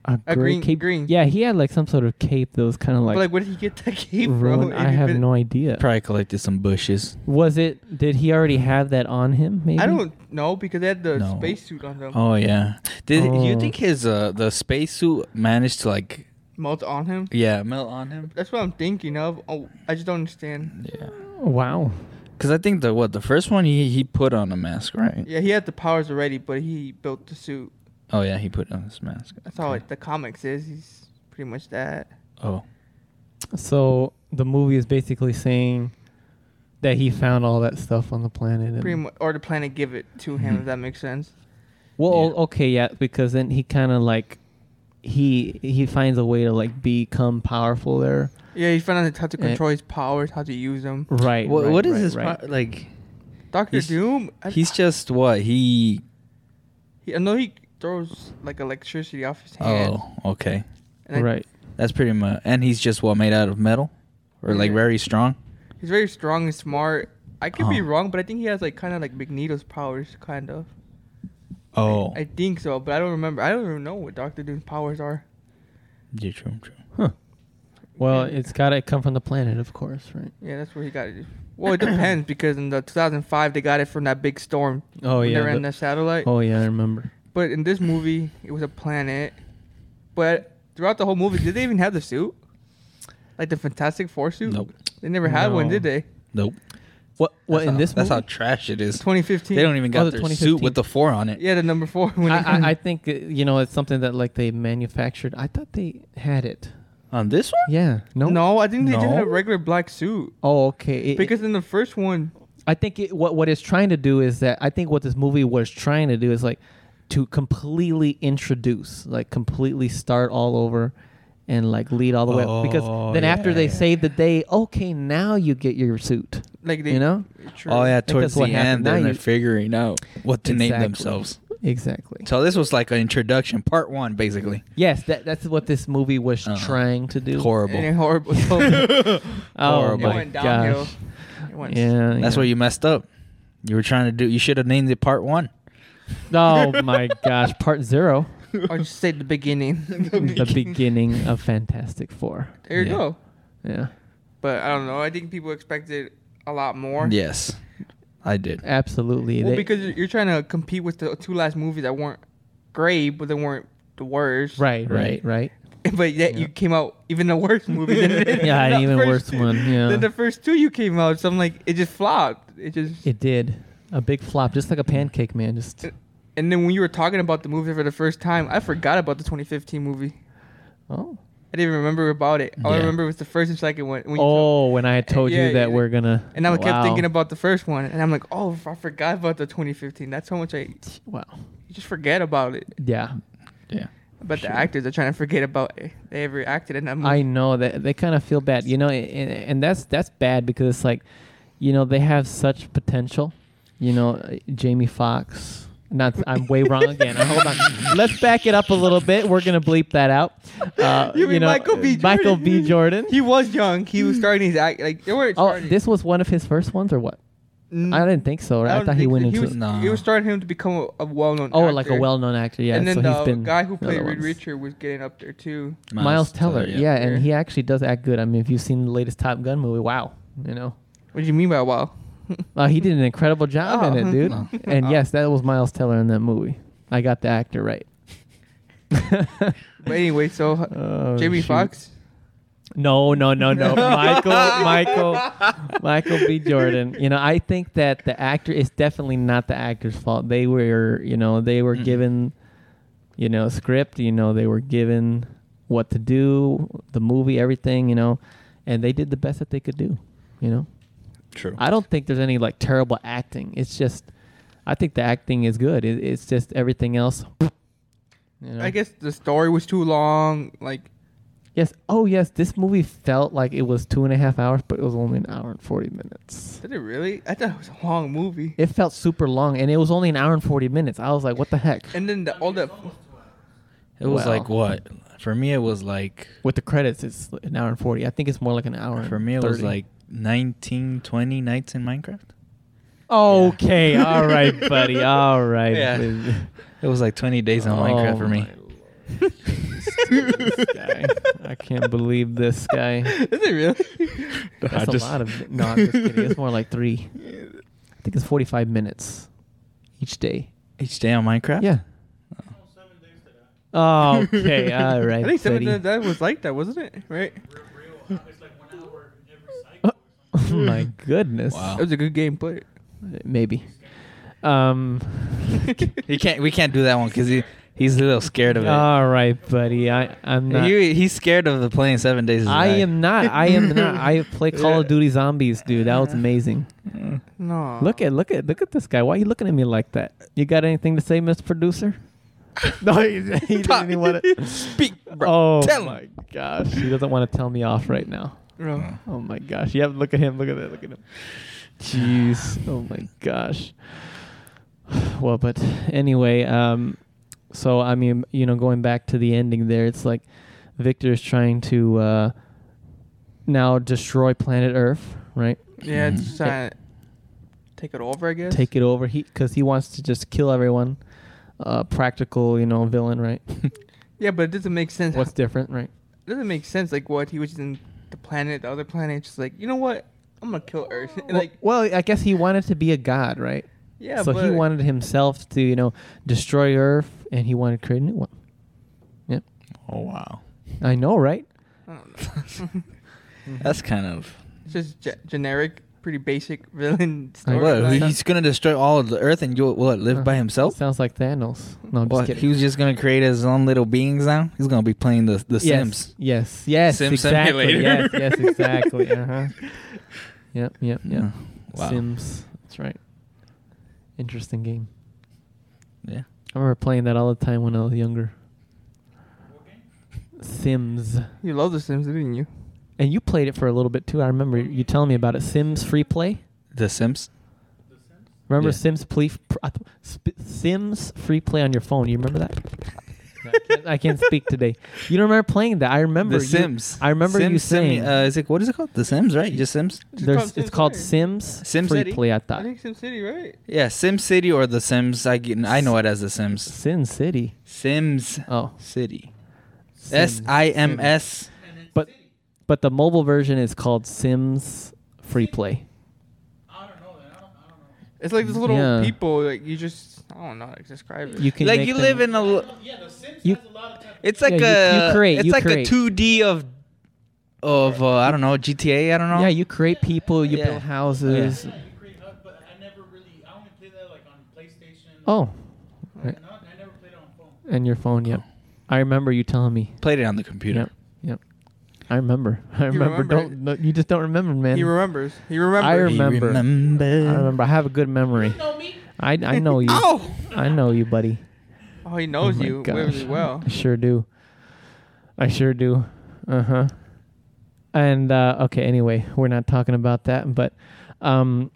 A gray
a green-
cape.
green.
Yeah, he had like some sort of cape that was kind of
But,
like,
Like, where did he get that cape
ruined.
from?
I have no idea.
Probably collected some bushes.
Was it? Did he already have that on him? Maybe.
I don't know because they had the
No.
spacesuit on them.
Oh yeah. Did
Oh.
you think his uh the spacesuit managed to like
Melt on him.
yeah melt on him?
That's what I'm thinking of. Oh, I just don't understand.
Yeah.
Wow.
Because I think the what the first one he he put on a mask right?
Yeah, he had the powers already, but he built the suit.
Oh yeah, he put on his mask.
That's how
Okay.
like the comics is. He's pretty much that.
Oh.
So the movie is basically saying that he found all that stuff on the planet. And,
Pretty much, or the planet give it to him.
Mhm.
If that makes sense.
well,
Yeah.
okay, yeah, because then he kind of like he he finds a way to like become powerful there.
Yeah, he found out how to
Eh.
control his powers, how to use them.
Right.
What
right,
what is
right,
his
right.
pro- like?
Doctor
He's-
Doom. I,
He's just what he.
he- I know he throws like electricity off his hand.
Oh okay.
and I-
right.
That's pretty much. And he's just what made out of metal, or like
Yeah.
very strong.
He's very strong and smart. I could be
Uh-huh.
wrong, but I think he has like kind of like Magneto's powers, kind of.
Oh,
I think so, but I don't remember. I don't even know what Doctor Doom's powers are.
yeah, true, true.
Huh. Well,
Yeah.
it's got to come from the planet, of course, right?
Yeah, that's where he got it. Well, it depends because in the 2005 they got it from that big storm.
Oh
when
yeah.
they ran
the-
that satellite.
oh yeah, I remember.
But in this movie, it was a planet. But throughout the whole movie, did they even have the suit? Like the Fantastic Four suit?
Nope.
They never had one,
No.
did they?
Nope.
What? What
That's
in
how-
this?
That's
movie? Oh,
how trash it is.
2015.
They don't even got
the
their
2015.
suit with the four on it.
Yeah, the number four. When they-
I, I, I think uh, you know it's something that like they manufactured. I thought they had it.
On this one?
Yeah. No.
no, I think they just had a
No.
regular black suit.
Oh, okay. It-
Because in the first one,
I think it, what what it's trying to do is that I think what this movie was trying to do is like to completely introduce, like completely start all over, and like lead all the way up. Because
Oh,
then after they
yeah.
save the day, okay, now you get your suit.
like they.
You know?
True.
Oh yeah,
that's
towards
what
the
happened.
end,
Now
then they're
you-
figuring out what to name
Exactly.
themselves.
Exactly.
So this was like an introduction, part one, basically.
Yes, that that's what this movie was
Uh-huh.
trying to do.
Horrible.
And they're horrible. So
Oh
Horrible.
my
It went downhill.
gosh.
It went-
Yeah,
That's
yeah.
where you messed up. You were trying to do. You should have named it part one.
Oh my gosh, part zero,
Or just say the beginning.
the beginning of Fantastic Four.
There you
Yeah.
go.
Yeah,
But I don't know. I think people expected a lot more.
Yes, I did.
Uh,
absolutely.
Well,
They-
because you're you're trying to compete with the two last movies that weren't great, but they weren't the worst.
right, right,
Right.
right.
But yet you came out even the worst movie. Than
Yeah, an
the
even
first-
worse one, yeah.
Than the first two you came out. So I'm like, it just flopped. flopped. It just
It did a big flop, just like a pancake, man. Just
And then when you were talking about the movie for the first time, I forgot about the 2015 movie.
oh
I didn't even remember about it. All I
Yeah.
remember was the first and second one. When you told-
oh when I had told
Yeah,
you that
yeah.
we're gonna
and I kept
Wow.
thinking about the first one, and I'm like, oh, I forgot about the 2015. That's how much I
wow
you just forget about it.
yeah
Yeah.
But
Sure.
the actors are trying to forget about it. they ever acted in that movie.
I know that they kind of feel bad, you know, and, and that's that's bad because it's like, you know, they have such potential. You know, Jamie Foxx. Not, I'm way wrong again. Uh, Hold on, let's back it up a little bit. We're gonna bleep that out. Uh,
You mean
know,
Michael B.
Michael B. Jordan. Hmm.
He was young. He was starting his act like they weren't.
oh,
starting. Mm.
this was one of his first ones, or what? I didn't think so. Right? I,
don't
thought he
think
went
so.
into.
was,
it.
No.
He was starting him to become a, a well-known.
oh,
actor.
like a well-known actor. Yeah.
and then
so
the
he's been
guy who
the
played
other
Reed
ones.
Richard was getting up there too.
Miles, Teller. Yeah. and he actually does act good. I mean, if you've seen the latest Top Gun movie, wow, you know.
What do you mean by wow?
Uh, he did an incredible job
Oh.
in it, dude.
No.
And
Oh.
yes, that was Miles Teller in that movie. I got the actor right.
But anyway, so
Oh,
Jamie
shoot.
Foxx.
No, no, no, no. Michael, Michael, Michael B. Jordan. You know, I think that the actor is definitely not the actor's fault. They were, you know, they were
Mm.
given, you know, script. You know, they were given what to do, the movie, everything. You know, and they did the best that they could do. You know.
True.
I don't think there's any like terrible acting. It's just, I think the acting is good. It, it's just everything else. You know?
I guess the story was too long. Like
Yes. Oh, yes. This movie felt like it was two and a half hours, but it was only an hour and forty minutes.
Did it really? I thought it was a long movie.
It felt super long, and it was only an hour and forty minutes. I was like, what the heck?
and then the, all the
It was
Well.
like what? For me, it was like.
With the credits, it's an hour and forty. I think it's more like an hour.
For
and
me, it was
30.
like 19, 20 nights in Minecraft.
Okay. all right, buddy. All right.
Yeah. It was like 20 days in Minecraft
Oh
for me.
my This guy. I can't believe this guy.
is it really?
That's a lot of. No, I'm just kidding. It's more like three. I think it's 45 minutes each day.
Each day on Minecraft? Oh.
Yeah. Okay. All right.
I think seven
buddy.
that, that was like that, wasn't it? Right.
Oh my goodness.
Wow.
That was a good game, but
Maybe. Um.
He can't, we can't do that one because he, he's a little scared of it.
all right, buddy. I I'm not.
You- he's scared of the playing seven days. of his
I
life.
am not. I am not. I play Call of
Yeah.
Duty Zombies, dude. That was
Yeah.
amazing.
no.
Look at look at look at this guy. Why are you looking at me like that? You got anything to say, Mr. Producer? no, he, he didn't even want to
Speak,
Oh
Tell him.
my gosh, he doesn't want to tell me off right now.
Mm.
Bro.
Oh my gosh, yeah, look at him, look at that, look at him. Jeez, oh my gosh. Well, but anyway, um, so I mean, you know, going back to the ending there, it's like Victor's trying to uh, now destroy planet Earth, right?
Yeah,
Mm.
it's trying to take it over, I guess.
uh, Take it over, he because he wants to just kill everyone. Uh, practical, you know, villain, right?
Yeah, but it doesn't make sense.
What's different, right?
it doesn't make sense. Like what he was just in the planet, the other planet. Just like you know what, I'm gonna kill Earth. And, like
well, well, I guess he wanted to be a god, right?
yeah,
so
but
he wanted himself to, you know, destroy Earth, and he wanted to create a new one. Yep,
Oh wow,
I know, right?
I don't know.
that's kind of.
it's just ge- generic, pretty basic villain
I
story.
What?
like-
He's gonna destroy all of the earth and you what? Live by himself?
Uh, Sounds like Thanos. No, I'm
What?
just kidding.
He was just gonna create his own little beings now. He's gonna be playing the the
yes,
Sims.
Yes, yes,
Sim
exactly.
simulator.
Yes, yes, exactly. uh huh. Yep, yep, yep.
Wow.
Sims. That's right. Interesting game.
Yeah.
I remember playing that all the time when I was younger. Sims.
You love The Sims, didn't you?
And you played it for a little bit too. I remember you telling me about it. Sims Free Play.
The Sims.
Remember
Yeah.
Sims Play? I th- sp- Sims Free Play on your phone. You remember that? No, I, can't, I can't speak today. You don't remember playing that? I remember.
The
you-
Sims.
I remember
Sims
you
Simi-
saying
uh, is it what is it called? The Sims, right? Just Sims.
It's
there's,
called
it's
Sims
called
Play.
Sims
Sims
Free
City?
Play. I
I
thought
think Sim City, right?
Yeah, Sim City or the Sims. I get, I know it as the Sims.
Sin City.
Sims
Oh,
City.
Sims.
S I M S.
But but the mobile version is called Sims Free Play.
It's like this little
Yeah.
people. Like you just, I don't know how to describe it.
You can
Like
make
you
them-
live in a. l-
You,
It's like
Yeah, you- you
a.
create,
it's
you
like a
create.
two D of. Of uh, I don't know GTA. I don't know.
yeah, you create people. You
Yeah.
build houses.
Yeah.
Oh, Right. and your phone. Yep. I remember you telling me.
Played it on the computer.
Yep. Yep. I remember. I
You
remember.
remember
Don't. No, you just don't remember, man.
He remembers. He remembers.
I remember.
He remember.
I remember. I have a good memory. I I know you.
Oh,
I know you, buddy.
Oh, he knows
Oh my
you
gosh.
really well.
I sure do. I sure do. Uh huh. And uh, okay, anyway, we're not talking about that, but um,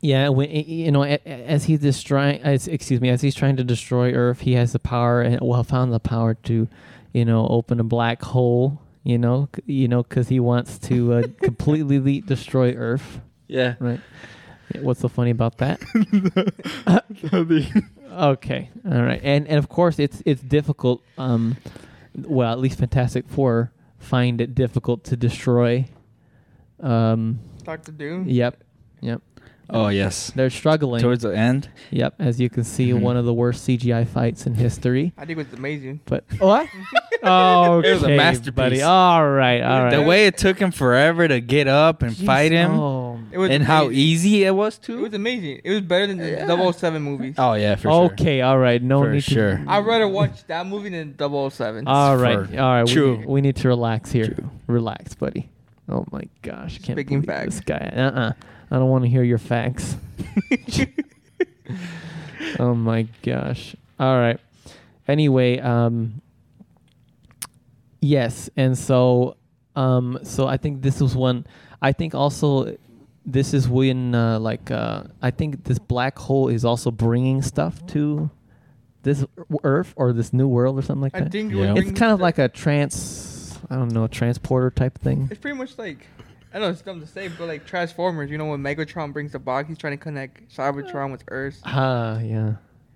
yeah, when, you know, a- a- as he's destroying, as excuse me, as he's trying to destroy Earth, he has the power and well, found the power to, you know, open a black hole. You know, c- you know, because he wants to uh, completely destroy Earth.
yeah.
Right. Yeah, What's so funny about that? okay. All right. And and of course it's it's difficult um well, at least Fantastic 4 find it difficult to destroy um
Doctor Doom.
yep. Yep.
Oh yes.
They're struggling.
Towards the end.
yep, as you can see
Mhm.
one of the worst CGI fights in history.
I think it was amazing.
But what? oh,
It was a masterpiece.
buddy. All right. All right.
The way it took him forever to get up and
Jeez,
fight him,
oh.
It was
and how
amazing.
easy it was
It
too.
was amazing. It was better than the
Yeah.
007 movies.
oh yeah, for sure.
okay, all right. No
For
need
sure.
to
I'd rather watch that movie than 007.
All right,
for-
all right.
True.
We, we need to relax here.
True.
Relax, buddy. Oh my gosh, can't
Speaking
believe
facts.
this guy. Uh uh I don't want to hear your facts. oh my gosh. All right. Anyway, um, yes, and so, um, so I think this was one. I think also, this is when uh, like uh, I think this black hole is also bringing stuff to this Earth or this new world or something like
I
that.
think
Yeah.
it
It's kind of like a trans, I don't know, transporter type thing.
It's pretty much like I know it's dumb to say, but like Transformers. You know when Megatron brings the box, he's trying to connect Cybertron with Earth.
Ah, yeah,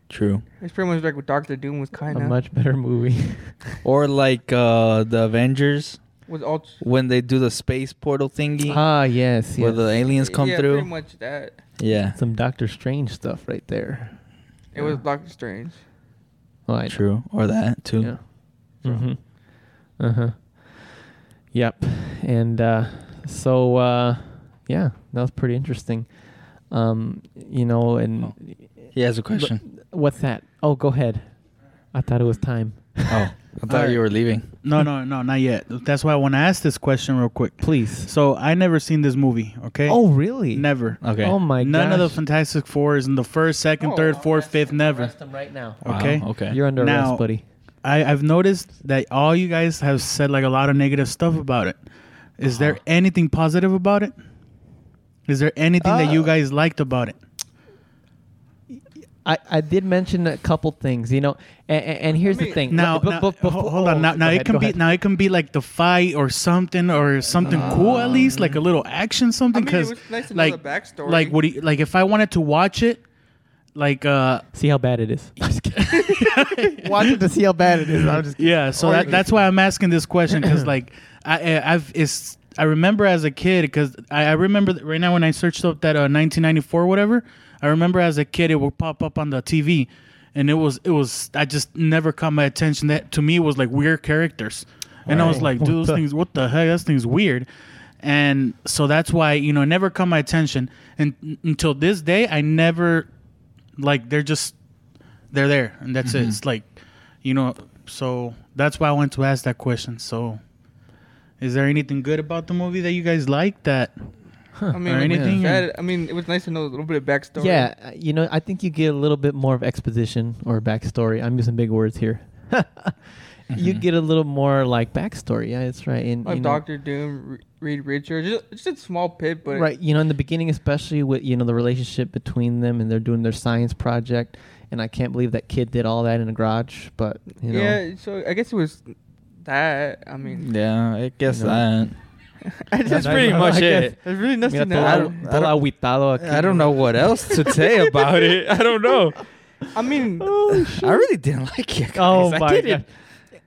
True.
It's pretty much like what Doctor Doom was
a
kind of.
much better movie.
Or like uh the Avengers
Was all
when they do the space portal thingy
ah, yes,
where
yes.
the aliens come
yeah,
through.
Pretty much that.
Yeah.
Some Doctor Strange stuff right there.
It was
Yeah.
Doctor Strange.
Well, I-
True. Or that too. Mm-hmm.
Yeah. hmm Uh huh. Yep. And uh, so, uh, yeah, that was pretty interesting. Um, you know, and
Oh. He has a question.
what's that? Oh, go ahead. I thought it was time.
oh, I thought
Alright.
you were leaving.
No, no, no, not yet. That's why I want to ask this question real quick.
Please.
So I never seen this movie. Okay.
Oh, really?
never.
Okay.
Oh my
None of the
gosh.
Fantastic Four is in the first, second,
Oh,
third,
I'll
fourth,
ask
fifth. Never.
Arrest them right now.
Wow,
Okay.
Okay.
You're under
Now-
arrest, buddy.
I, I've noticed that all you guys have said like a lot of negative stuff about it. Is there
Uh-huh.
anything positive about it? Is there anything that you
Uh,
guys liked about it?
I, I did mention a couple things, you know, and, and here's
I
the
mean-
thing.
Now,
But-
now-
but- but-
ho-
befo-
hold on.
oh,
Now, now
go
it
ahead,
can
go
be
ahead.
now it can be like the fight or something or something cool at least,
Uh-huh.
like a little action something.
I mean, it
Because
was nice to know
like
the backstory.
like what do you, like if I wanted to watch it, like uh
see how bad it is. Watch it to see how bad it is. I'm just
yeah. So
Or
that,
you-
that's why I'm asking this question because like I I- I've it's I remember as a kid because I, I remember that right now when I searched up that uh, 1994 whatever I remember as a kid it would pop up on the TV. And it was it was I just never caught my attention that to me it was like weird characters. And I was like, dude, those things, what the heck? This thing's weird. And so that's why, you know, it never caught my attention. And n- until this day, I never, like, they're just, they're there. And that's it. It's like, you know, so that's why I wanted to ask that question. So is there anything good about the movie that you guys like that?
I mean,
or
like what you
anything,
said,
or-
I mean, it was nice to know a little bit of backstory.
yeah, uh, you know, I think you get a little bit more of exposition or backstory. I'm using big words here. You
Mm-hmm.
get a little more like backstory. Yeah, that's right. And
Like
you know,
Doctor Doom, R- Reed Richards, just, just a small pit, but
right you know in the beginning especially with you know the relationship between them and they're doing their science project and i can't believe that kid did all that in a garage but you know
Yeah, so I guess it was that. I mean,
Yeah, I guess
You know.
that. That's
I-
pretty
I
much
guess-
it.
there's really
Mira,
nothing
todo-
I
that.
don't-
todo aguitado aquí.
I don't know what else to say about it. I don't know.
I mean,
I really didn't like it. Guys.
Oh
I
my
didn't.
god.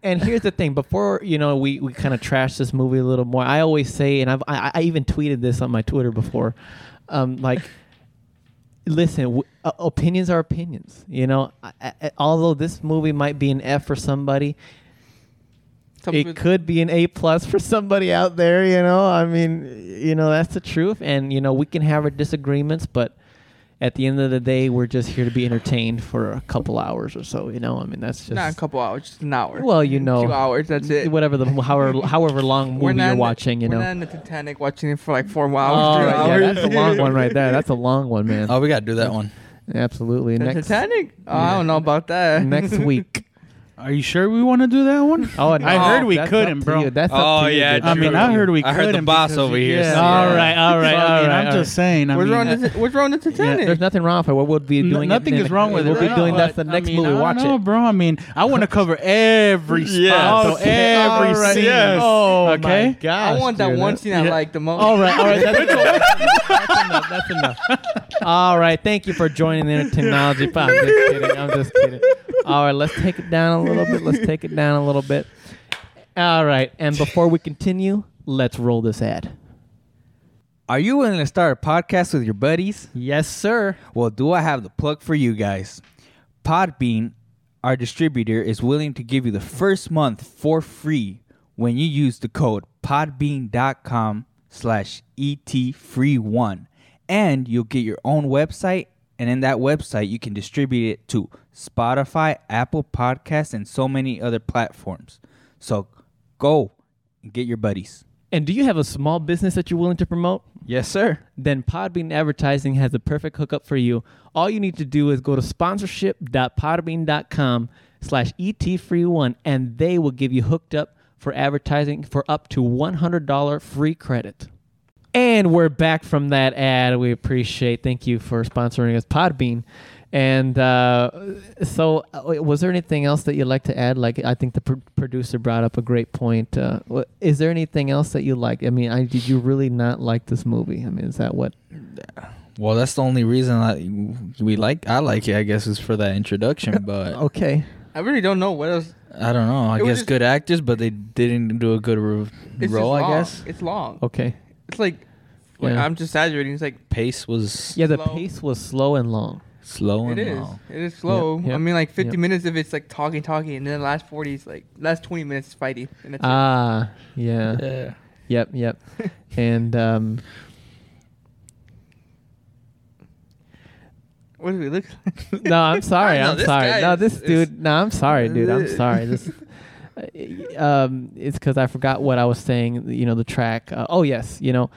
And here's the thing: before you know, we, we kind of trash this movie a little more. I always say, and I've I, I even tweeted this on my Twitter before, um, like, listen, w- uh, opinions are opinions. You know, I, I, although this movie might be an F for somebody,
some
it
people-
could be an A plus for somebody out there. You know, I mean, you know that's the truth, and you know we can have our disagreements, but at the end of the day, we're just here to be entertained for a couple hours or so. You know, I mean, that's just
Not a couple hours, just an hour.
Well, you know,
two hours. That's it.
Whatever the however however long movie you're
in the-
watching, you
we're
know.
not in the Titanic watching it for like four
Oh,
hours. three
right, yeah,
hours.
that's a long one right there. That's a long one, man.
Oh, we gotta do that one.
Absolutely.
The
Next
Titanic? Oh, I don't know about that.
next week.
Are you sure we want to do that one?
Oh,
I heard we
that's up
couldn't,
to
bro.
you. That's up
Oh,
to you,
yeah,
dude.
I mean, I heard we.
I heard the
couldn't
boss
because
over
you-
here said
Yeah.
that.
All right, all right,
So, I
all
mean,
right.
all
I'm
right.
just saying. I
What's
mean,
wrong
I-
with the- what's wrong with the
Yeah,
Titanic?
there's nothing wrong with it. What would be
No-
doing?
nothing
is
is wrong with
we'll
it.
We'll be
right?
doing that's the
But,
next
I mean,
movie.
I
we
don't
Watch
know,
it.
bro. I mean, I want to cover every spot,
Yes.
so
Okay,
every
all right.
scene.
Yes.
Oh
okay.
my gosh,
I want that
dude,
one scene I
yeah.
like the most.
All right, all right, that's enough. That's enough. That's enough. All right, thank you for joining the technology pod. I'm just kidding. I'm just kidding. All right, let's take it down a little bit. Let's take it down a little bit. All right, and before we continue, let's roll this ad.
Are you willing to start a podcast with your buddies?
Yes, sir.
Well, do I have the plug for you guys? Podbean, our distributor, is willing to give you the first month for free when you use the code podbean.com slash etfree1. And you'll get your own website, and in that website, you can distribute it to Spotify, Apple Podcasts, and so many other platforms. So go and get your buddies.
And do you have a small business that you're willing to promote?
Yes, sir.
then Podbean Advertising has the perfect hookup for you. All you need to do is go to sponsorship.podbean.com slash etfree1 and they will give you hooked up for advertising for up to $100 free credit. And we're back from that ad. We appreciate. Thank you for sponsoring us, Podbean. And uh, so, uh, was there anything else that you'd like to add? Like, I think the pr- producer brought up a great point. Uh, wh- is there anything else that you like? I mean, I, did you really not like this movie? I mean, is that what?
Well, that's the only reason I, we like I like it. I guess is for that introduction, but
Okay.
I really don't know what else.
I don't know. I
It was
guess
just-
good actors, but they didn't do a good ro-
It's
role. I
just long.
guess
it's long.
Okay.
It's like, like,
Oh. Yeah.
I'm just exaggerating. It's like
pace was
Yeah, the
Slow.
pace was slow and long.
slow
it
and
is.
long.
It is slow.
Yep, yep,
I mean, like 50
yep.
minutes of it's like talking, talking, and then the last 40 is like last 20 minutes is fighting. And that's it.
Ah, yeah.
Yeah.
Yep, yep. and um,
What do we look? Like?
no, I'm sorry.
I know,
I'm
this
sorry.
guy
No,
is-
this
is-
dude. No, I'm sorry, dude. I'm sorry. This, uh, um, it's because I forgot what I was saying. You know, the track. Uh, oh yes, you know,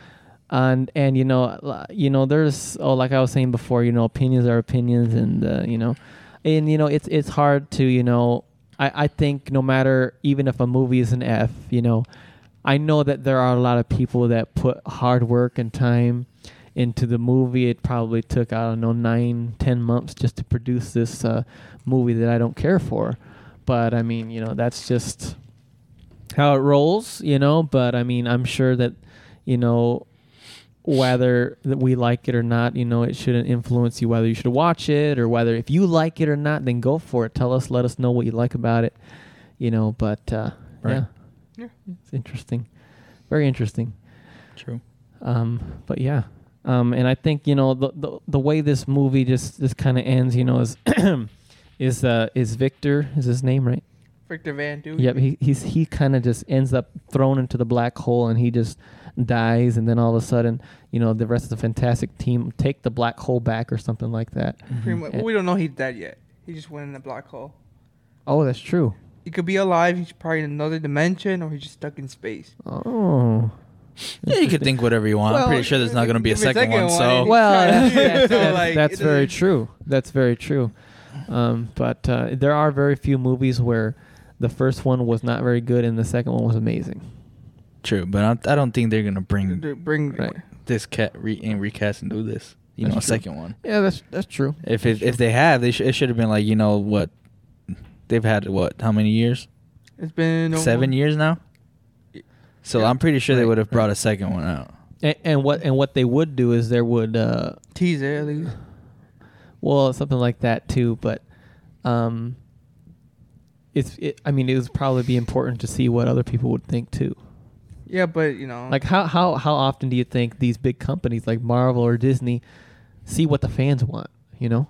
and and you know, uh, you know, there's oh, like I was saying before, you know, opinions are opinions, and uh, you know, and you know, it's it's hard to you know. I I think no matter even if a movie is an F, you know, I know that there are a lot of people that put hard work and time into the movie. It probably took I don't know nine, ten months just to produce this uh, movie that I don't care for. But I mean, you know, that's just how it rolls, you know. But I mean, I'm sure that you know whether that we like it or not, you know, it shouldn't influence you whether you should watch it or whether if you like it or not, then go for it. Tell us, let us know what you like about it, you know. But uh,
Right.
yeah.
Yeah.
It's interesting. Very interesting.
True.
Um, but yeah. Um, and I think, you know, the, the, the way this movie just, just kind of ends, you know, is, is, uh, is Victor, is his name, right?
Victor Van Duke.
Yep. He, he's, he kind of just ends up thrown into the black hole and he just dies. And then all of a sudden, you know, the rest of the fantastic team take the black hole back or something like that. Eh,
Pretty much, well, we don't know he's dead yet. He just went in a black hole.
Oh, that's true.
He could be alive. He's probably in another dimension, or he's just stuck in space.
Oh.
Yeah, you could think whatever you want. I'm
Well,
pretty sure there's not going to be a
if it's
second,
second
one.
one,
So
it-
Well,
Yeah,
that's, that's,
so,
that's-
like,
that's
it
very
doesn't-
true. That's very true. Um, but uh, there are very few movies where the first one was not very good and the second one was amazing.
true, but I, I don't think they're going to bring
D- Bring
Right.
this cat re- and recast and do this. You
That's
know, a
true.
second one.
Yeah, that's that's true.
If it, if they have, they sh- it should have been like you know what they've had what how many years?
It's been over-
Seven years now. So
Yeah.
I'm pretty sure they
Right,
would have brought
right.
a second one out.
And, and what and what they would do is there would uh,
Teaser at least.
well something like that too, but um, it's it, I mean it would probably be important to see what other people would think too.
Yeah, but you know,
Like how how how often do you think these big companies like Marvel or Disney see what the fans want? You know.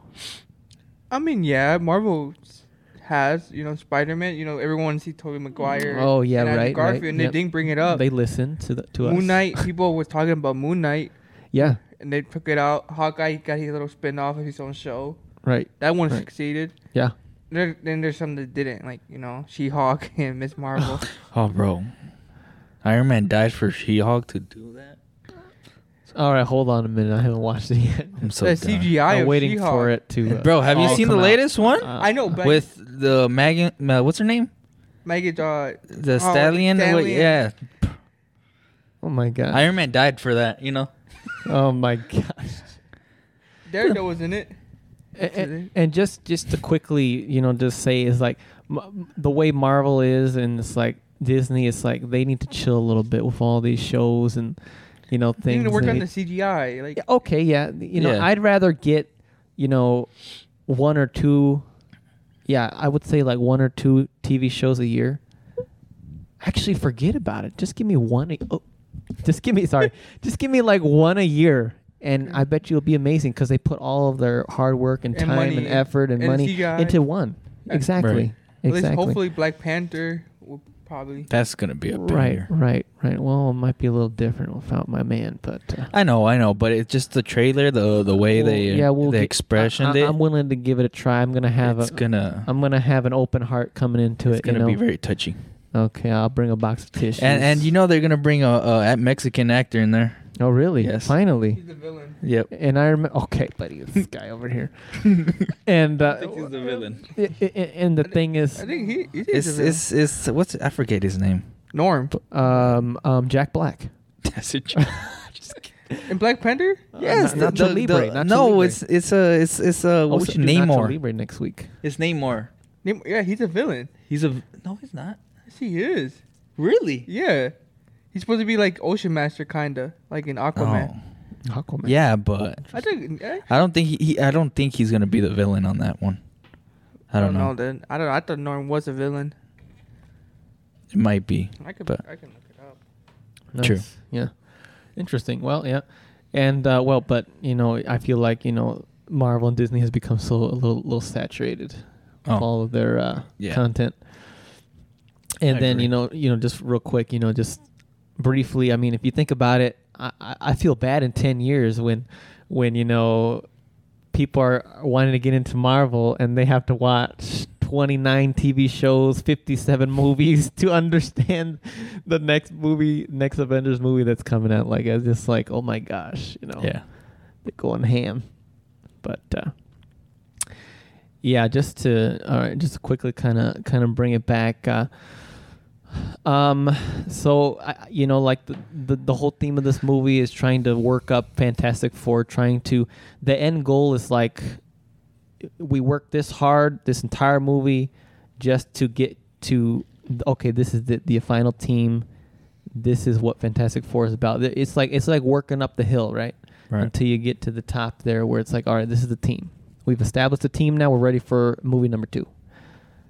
I mean, yeah, Marvel s- has you know Spider Man. You know, everyone see Tobey Maguire.
Oh yeah,
and Andrew
right.
Garfield,
right.
and they
yep.
didn't bring it up.
They listened to the, to us.
Moon Knight. people was talking about Moon Knight.
Yeah,
and they took it out. Hawkeye got his little spin off of his own show.
Right.
That one
Right.
succeeded.
Yeah.
There, then there's some that didn't, like you know, She Hulk and Miss Marvel.
Oh, bro. Iron Man died for She Hulk to do that.
All right. Hold on a minute. I haven't watched it yet.
I'm so
the
done.
CGI.
I'm
of
waiting
She-Hulk.
for it to. uh,
Bro, have you
all
seen the
come out.
latest one?
Uh,
I know, but
With the Megan, uh, what's her name?
Megan, uh,
The
Oh,
stallion. Wait,
stallion.
yeah,
Oh my god.
Iron Man died for that. You know.
oh my gosh.
Daredevil was in it.
And-
Today.
and, and just just to quickly you know just say is like m- the way marvel is and it's like disney it's like they need to chill a little bit with all these shows and you know
They
things
need to work
that-
on the CGI. Like
Yeah, okay yeah you know
Yeah.
i'd rather get you know one or two yeah i would say like one or two tv shows a year actually forget about it just give me one a, oh, just give me sorry just give me like one a year and i bet you it'll be amazing because they put all of their hard work and,
And
time
money
and effort and,
and
money
CGI.
into one
Yeah.
exactly
Right.
at least
exactly
hopefully Black Panther will probably.
That's gonna be a
right
banger.
right right well it might be a little different without my man but uh,
I know, I know, but it's just the trailer, the the way
Well,
they
yeah, we'll
the
gi-
expression.
I,
they-
I, am willing to give it a try. I'm gonna have
it's
a,
gonna
I'm gonna have an open heart coming into
it's
it.
gonna
you know?
be very touchy.
okay. I'll bring a box of tissues.
And and you know they're gonna bring a, a, a Mexican actor in there.
oh really?
Yes.
Finally.
He's the villain.
Yep.
And I remember. Okay, buddy, this guy over here. And uh,
the villain.
i- i- i- and the thing is,
I think he. he is
It's
the villain.
it's it's what's I forget his name.
Norm
um, um, Jack Black.
That's a
and Black Panther.
Yes,
not-
the-
Nacho
the-
Libre,
the-
Nacho
no,
Libre.
it's it's a it's Oh, it's a what's
Also
it,
Oh, do Nacho
Namor.
Libre next week.
It's Namor.
Name- Yeah, he's a villain.
He's a no, he's not
Yes, he is.
really.
Yeah, he's supposed to be like Ocean Master, kinda like in Aquaman.
Oh.
Aquaman.
Yeah, but
I think. eh,
I don't think he, he I don't think he's gonna be the villain on that one. I don't, know.
Then I don't. know. I thought Norm was a villain.
It might be.
I could.
But-
I can look it up.
Oh, Nice.
True.
Yeah. Interesting. Well, yeah. And uh, well, but you know, I feel like you know, Marvel and Disney has become so a little, little saturated with
Oh.
all of their uh,
Yeah.
content. And
I
then
agree.
you know, you know, just real quick, you know, just briefly. I mean, if you think about it, I, I I feel bad in ten years when when you know people are wanting to get into Marvel and they have to watch 29 TV shows, 57 movies to understand the next movie, next Avengers movie that's coming out. Like, it's just like, oh my gosh, you know,
Yeah.
they're going ham. But uh, yeah, just to all right, just to quickly kind of kind of bring it back. Uh, um, so I, you know, like the, the the whole theme of this movie is trying to work up Fantastic Four, trying to the end goal is like we worked this hard this entire movie just to get to okay this is the, the final team this is what fantastic four is about it's like it's like working up the hill right?
Right.
until you get to the top there where it's like all right this is the team we've established the team now we're ready for movie number two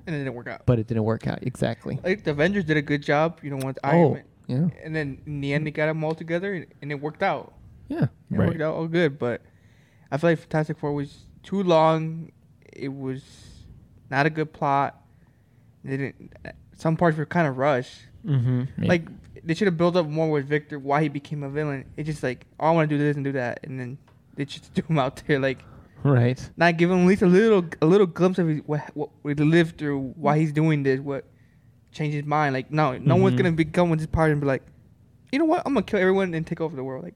And it didn't work out.
but it didn't work out exactly
like the Avengers did a good job. You know, with
oh
Iron Man.
yeah
And then in the end, they got them all together, and, and it worked out.
yeah
It
Right.
worked out all good. But I feel like Fantastic Four was too long. It was not a good plot. They didn't. Some parts were kind of rushed.
mm-hmm
Yeah.
Like they should have built up more with Victor why he became a villain. It's just like oh, I want to do this and do that, and then they just threw him out there like
right
not give him at least a little a little glimpse of his, what what we lived through, why he's doing this, what changed his mind. Like no, no one's
Mhm.
gonna become with this part and be like, you know what, I'm gonna kill everyone and take over the world. Like,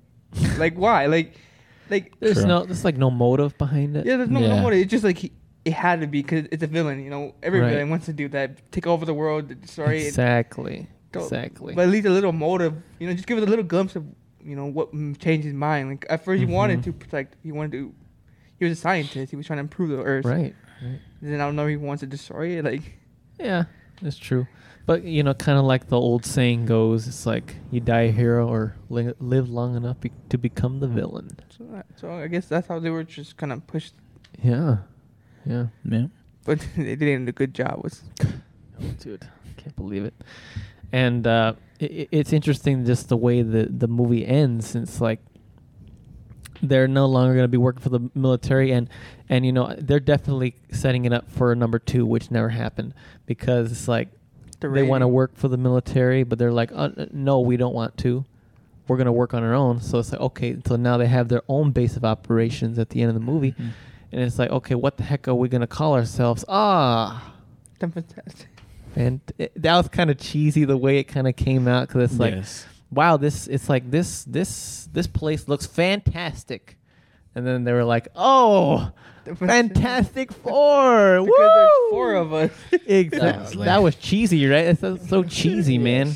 like why? Like, like
there's
True.
no there's like no motive behind it
yeah, there's no,
Yeah.
no more. It's just like he, it had to be because it's a villain. You know, every
Right.
villain wants to do that, take over the world. Sorry,
exactly
Don't-
exactly
but at least a little motive. You know, just give it a little glimpse of you know what mm, changed his mind. Like at 1st he wanted
Mhm.
to protect. He wanted to. He was a scientist. He was trying to improve the earth.
right right
Then I don't know if he wants to destroy it. Like.
Yeah, that's true. But you know, kind of like the old saying goes, it's like you die a hero or li- live long enough be- to become the villain.
So, I- so I guess that's how they were just kind of pushed,
Yeah, yeah.
yeah.
but they didn't do a good job. Was
dude, can't believe it. And uh, i- i it's interesting just the way the the movie ends, since like they're no longer going to be working for the military, and and you know they're definitely setting it up for number two, which never happened because it's like
The
they want to
rating.
uh, work for the military, but they're like, uh, no, we don't want to. we're gonna work on our own. So it's like okay, so now they have their own base of operations at the end of the movie,
Mm-hmm.
and it's like okay, what the heck are we gonna call ourselves? Ah,
Them fantastic.
and it, that was kind of cheesy the way it kind of came out because it's like
Yes.
wow this it's like this this this place looks fantastic and then they were like oh fantastic four
Because
Woo!
there's four of us.
exactly
Honestly.
that was cheesy right it's so, so cheesy man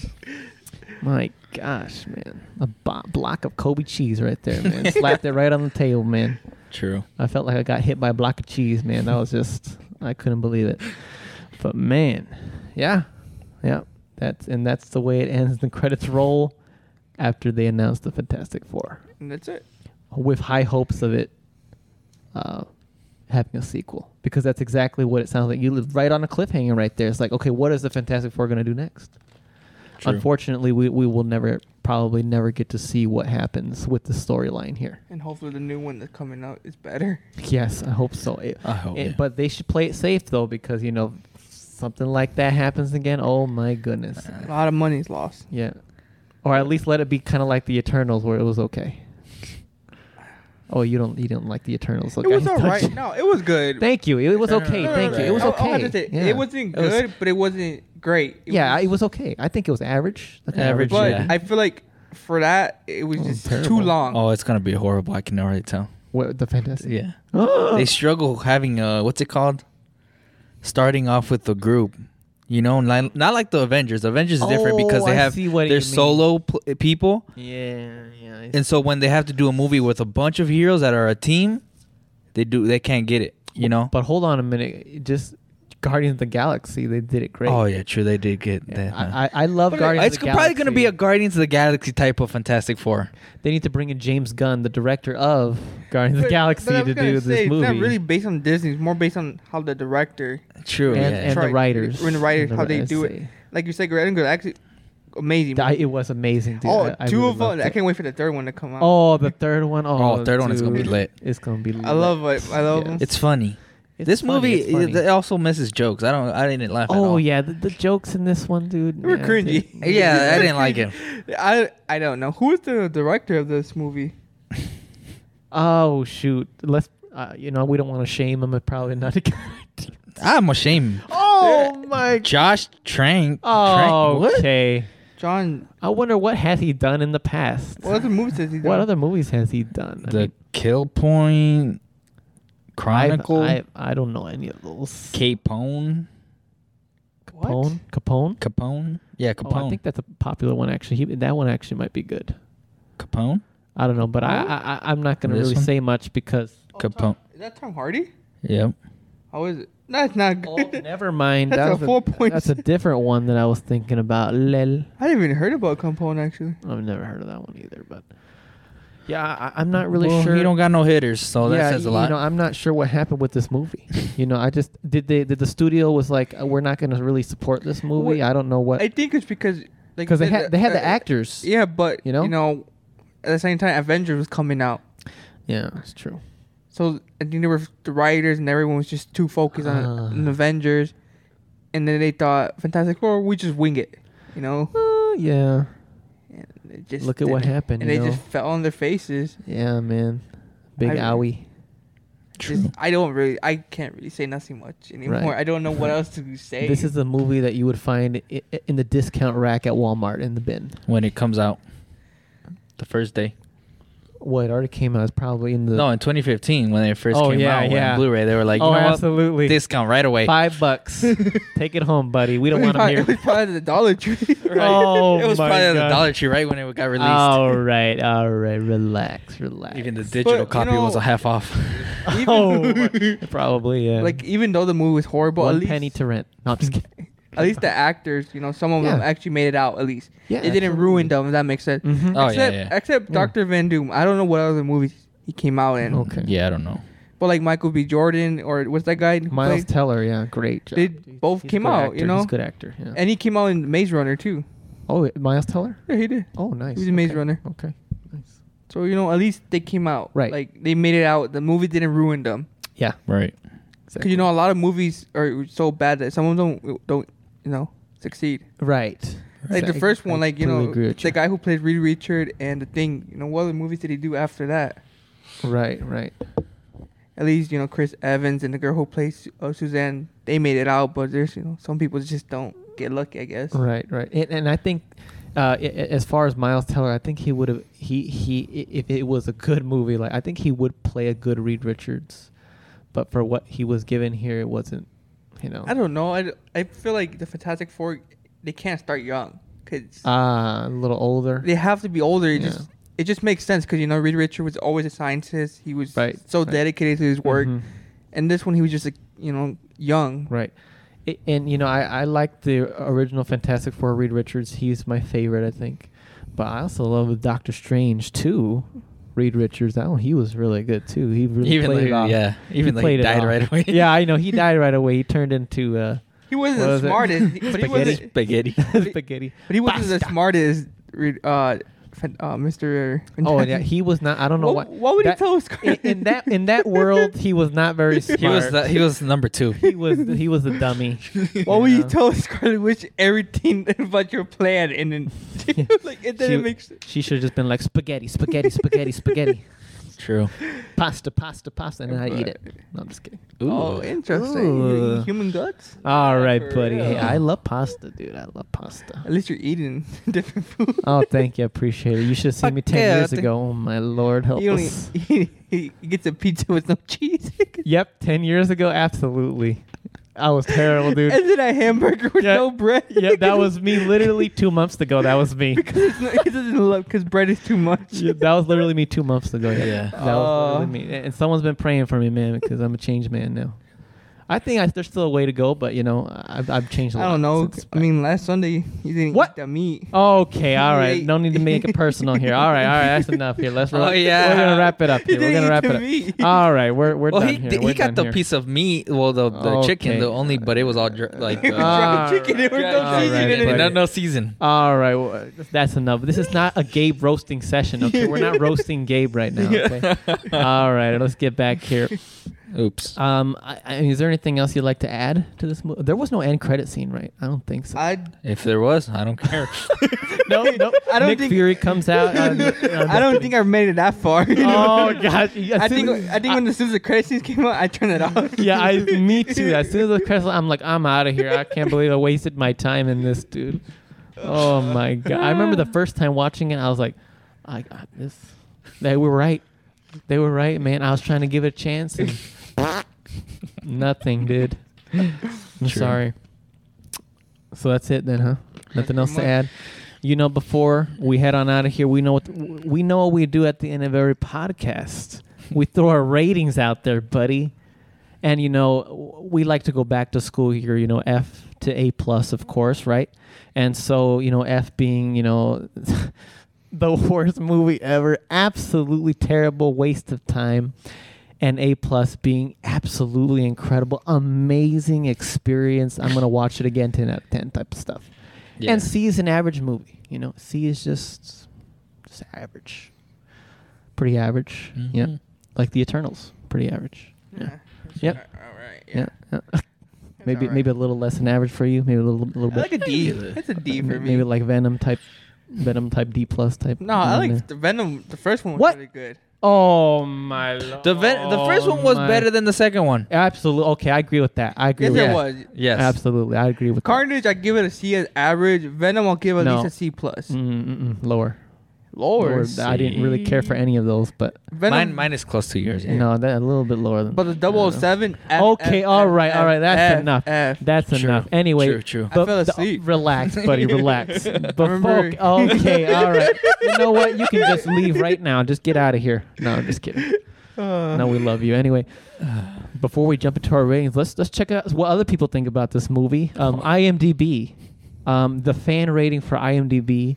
my gosh man a bo- block of kobe cheese right there man slapped it right on the table man
True.
I felt like I got hit by a block of cheese, man. That was just I couldn't believe it. But man, yeah. Yeah. That's and that's the way it ends. The credits roll after they announce the Fantastic Four.
And that's it.
With high hopes of it uh, having a sequel. Because that's exactly what it sounds like. You live right on a cliffhanger right there. It's like, okay, what is the Fantastic Four gonna do next?
True.
Unfortunately we, we will never probably never get to see what happens with the storyline here.
And hopefully the new one that's coming out is better.
Yes, I hope so. It-
I hope,
it-
yeah.
But they should play it safe though, because you know, something like that happens again. Oh my goodness.
A
Uh,
lot of money's lost.
Yeah, or at least let it be kind of like the Eternals, where it was okay. Oh, you don't you don't like the Eternals?
it was
okay.
all right. No, it was good.
Thank you. It was
No, no, no,
okay.
no, no,
Thank
no,
you. It was
no.
I-
okay.
I have to say,
Yeah.
It wasn't
It was-
good, but it wasn't great.
yeah, it was okay. I think it was average. Like an average
Average,
But
yeah.
I feel like for that, it was
Oh,
just
terrible.
too long.
Oh, it's gonna be horrible. I can already tell.
What, the fantastic.
Yeah. they struggle having uh what's it called? Starting off with the group. You know, not, not like the Avengers. Avengers is different because
Oh,
they
I
have
see what you
their
mean.
solo pl- people.
yeah, yeah. I
And so when they have to do a movie with a bunch of heroes that are a team, they do they can't get it, you know?
But hold on a minute. Just Guardians of the Galaxy, they did it great.
Oh yeah, true. They did get
Yeah,
that. huh?
I, I, I love
But
Guardians.
it's
of the
probably going to be a
Galaxy.
Guardians of the Galaxy type of Fantastic Four.
They need to bring in James Gunn, the director of Guardians of the
But-
Galaxy,
but I was
to
gonna
do
say,
this movie.
It's not really based on Disney. It's more based on how the director
True.
and,
yeah.
and the
Sorry,
writers,
and the writers,
And
how they do it.
I see.
like you said, Guardians was actually amazing.
I- it was amazing. Dude.
oh,
I- I
two
really
of them.
loved
I
it.
can't wait for the third one to come out.
Oh, the third one. Oh,
Oh, third one is gonna be
dude.
lit.
It's gonna be. Lit.
I love it. I love
Yes.
them.
it's funny.
It's
this
funny,
movie
it's funny.
it also misses jokes. I don't. I didn't laugh. at
oh
all.
yeah, the, the jokes in this one, dude.
They were
man,
cringy.
they-
Yeah, I didn't like it.
I I don't know who is the director of this movie.
Oh shoot, let's. Uh, you know, we don't want to shame him. But probably not.
I'm ashamed.
oh my.
Josh Trank. Trank-
Oh,
what?
okay.
John,
I wonder what has he done in the past.
what other movies has he done?
What other movies has he done? I
The
mean,
Kill Point.
I've-
Chronicle.
I, I don't know any of those.
Capone.
What?
Capone. Capone.
Capone. Yeah, Capone.
Oh, I think that's a popular one actually. He, that one actually might be good.
Capone.
I don't know, but I, I I- I'm not gonna
This
really
one?
say much because.
Oh,
Capone.
Tom- is that Tom Hardy?
Yep.
How is it? That's not good.
Oh, never mind.
That's
that
a
was
four point
That's a
six.
different one that I was thinking about. Lel.
I didn't even heard about Capone actually.
I've never heard of that one either, but yeah, I, I'm not really
well,
sure.
He don't got no hitters, so that
yeah,
says a
you
lot.
know, I'm not sure what happened with this movie. you know, I just did they did the studio was like uh, we're not going to really support this movie.
Well,
I don't know what
I think it's because like
because they had they had the
uh,
actors.
Yeah, but
You
you
know?
know, you know, at the same time, Avengers was coming out,
yeah, that's true.
so I think there were the writers and everyone was just too focused on,
Ah.
on Avengers, and then they thought Fantastic Four, we just wing it, you know.
Uh, yeah,
And it just
Look at what
didn't-
happened,
and
you
they
know?
just fell on their faces.
yeah, man, big
I-
owie.
True.
Just- I don't really, I can't really say nothing much anymore.
Right.
I don't know what else to say.
This is a movie that you would find i- i- in the discount rack at Walmart in the bin.
when it comes out, the first day.
What already came out is probably in the
No, in 2015 when they first
Oh,
came
yeah,
out
yeah.
on Blu-ray, they were like, you
Oh,
know what?
absolutely.
discount right away.
five bucks. Take it home, buddy. We don't
It was
want them
probably-
here.
It was probably the Dollar Tree.
Oh
it was
my
probably at the
God. Oh,
Dollar Tree right when it got released.
All right, all right. Relax, relax.
Even the digital
you
copy was
know-
a half off.
Even-
oh, probably yeah.
like even though the movie was horrible,
one
at least
penny to rent. No, I'm just kidding.
at least the actors, you know, some of them
Yeah.
actually made it out. At least
Yeah,
it didn't ruin them. If that makes sense.
Mhm.
Oh, yeah,
except,
yeah.
Except
Yeah.
Doctor Van Doom. I don't know what other movies he came out in.
Okay.
yeah, I don't know.
But like Michael B. Jordan or what's that guy? who
Miles
played-
Teller, yeah, great job.
They
He's-
both
he's a
came
good
out,
actor.
you know?
He's a good actor. Yeah.
and he came out in Maze Runner too.
oh, Miles Teller.
Yeah, he did.
Oh, nice.
He's a Maze
Okay.
Runner.
Okay, nice.
So you know, at least they came out.
Right.
Like they made it out. The movie didn't ruin them.
Yeah.
Right.
Because you know, a lot of movies are so bad that some of them don't, you know, succeed.
Right.
Like the first one, like you know,
completely agree with
the
you.
guy who played Reed Richard and the thing. You know, what other movies did he do after that?
Right, right.
At least you know Chris Evans and the girl who plays uh, Suzanne. They made it out, but there's you know some people just don't get lucky. I guess.
Right, right, and, and I think uh, i- i- as far as Miles Teller, I think he would have he he i- if it was a good movie, like I think he would play a good Reed Richards, but for what he was given here, it wasn't, you know.
I don't know. I, I feel like the Fantastic Four, they can't start young because
Ah, a little older.
they have to be older. It
Yeah.
just it just makes sense because you know Reed Richard was always a scientist. He was
Right,
so
right.
dedicated to his work,
Mhm.
and this one he was just like you know young.
Right. I and you know, I, I like the original Fantastic Four Reed Richards. He's my favorite, I think. But I also love the Doctor Strange too. Reed Richards, that one he was really good too. He really
Even
played
like-
it off.
yeah. Even
he
like
played it
died
off.
right away.
yeah, I know he died right away. He turned into uh,
He wasn't
What
the
was it?
smartest, he- but he
Spaghetti.
wasn't.
Spaghetti.
spaghetti.
But he wasn't the
Pasta.
smartest. Reed- Uh, fan- uh, Mr.
Oh
Fantastic.
yeah, he was not. I don't know
What-
what.
what would he
that-
tell us,
in, in that in that world? He was not very smart.
He was the, he was number two.
he was he was a dummy.
Why would
you
you
know?
tell Scarlet Witch everything about your plan and then
Yeah.
like it didn't
She-
make sense?
She should have just been like spaghetti, spaghetti, spaghetti, spaghetti,
True.
pasta, pasta, pasta, and then I eat it. No, I'm just kidding.
Ooh.
Oh, interesting.
Ooh.
You- Human guts?
All right,
For
buddy. Hey,
real.
I love pasta, dude. I love
At
pasta.
least you're eating different food.
Oh, thank you. I appreciate it. You should have seen me 10 years
Spaghetti.
ago. Oh, my Lord, help
You don't
us.
eat- he, he gets a pizza with no cheese.
Yep, 10 years ago, absolutely. I was terrible, dude.
And then a hamburger with
Yeah.
no bread.
yeah, that was me literally two months ago. That was me.
because it's not, he doesn't love because bread is too much.
Yeah, that was literally me two months ago. Yeah.
Yeah.
That was
Oh.
literally me. And- And someone's been praying for me, man, because I'm a changed man now. I think I, there's still a way to go, but, you know, I've, I've changed a lot.
I don't know.
since
I mean, last Sunday you didn't
What? Oh,
eat the meat.
Okay, all right.
Yeah.
No need to make it personal here. All right, all right. That's enough here. Let's.
Oh,
We're
yeah.
gonna wrap it up here.
You
We're
didn't
gonna
eat
wrap
the
it up.
meat.
All right, we're we're
well,
done
he
here.
did-
We're
he got
done
the
here.
piece of meat. Well, the, the
Okay.
chicken, the only, but it was all dr- like.
It was
Uh,
Ah.
dry chicken. It was
All
no
right,
seasoning in
buddy.
it.
no, no season.
All right, well, that's enough. This is not a Gabe roasting session. Okay, we're not roasting Gabe right now. Okay. all right, let's get back here.
Oops.
Um, I, I, is there anything else you'd like to add to this movie? There was no end credit scene, right? I don't think so.
I
If there was, I don't care.
no, no.
I don't
Nick
think-
Fury comes out. on- on
I don't
the-
think I made it that far.
Oh gosh! As
I
soon
think
as-
I think when as soon as the credit scenes came out, I turned it off.
yeah, I me too. As soon as the crystal, I'm like, I'm out of here. I can't believe I wasted my time in this, dude. Oh my god! I remember the first time watching it, I was like, I got this. They were right. They were right, man. I was trying to give it a chance, and nothing did. I'm
True.
sorry. So that's it then, huh? Nothing
pretty
else to
much.
add. You know, before we head on out of here, we know what we know what we do at the end of every podcast. We throw our ratings out there, buddy. And you know, w- we like to go back to school here. You know, F to A plus, of course, right? And so, you know, F being, you know, the worst movie ever, absolutely terrible, waste of time, and A plus being absolutely incredible, amazing experience. I'm gonna watch it again, ten out of ten type of stuff.
Yeah.
And C is an average movie. You know, C is just just average, pretty average. Yeah,
Mhm.
like the Eternals, pretty average. Yeah. Yep.
All right.
Yeah.
Yeah.
yeah. maybe
alright.
maybe a little less than average for you. Maybe a little little
I
bit.
like a D. That's a D
uh,
for me.
Maybe like Venom type, Venom type D plus type.
no, I
Mm,
like the Venom. The first one was
What?
really good.
Oh my lord.
the ve- the first one
Oh,
was better than the second one.
Absolutely. Okay, I agree with that. I agree
Yes,
with
it
that.
was.
Yes.
Absolutely, I agree with
Carnage, I give it a C as average. Venom, I'll give at
No.
least a C plus.
that. Mm, mm, mm, lower.
Lower.
Lower. I didn't really care for any of those, but
Venom,
mine mine is close to yours. Yeah.
no, that a little bit lower than.
but the
I don't know.
007. F,
Okay,
F,
all
F,
right, all
F,
right. That's
F,
enough.
F.
That's
True.
enough. Anyway,
True, true.
but-
fell
the-
asleep.
relax, buddy. Relax. But
remember-
folk- okay, all right. You know what? You can just leave right now. Just get out of here. No, I'm just kidding. no, we love you. Anyway, before we jump into our ratings, let's let's check out what other people think about this movie. Um, IMDb, um, the fan rating for IMDb,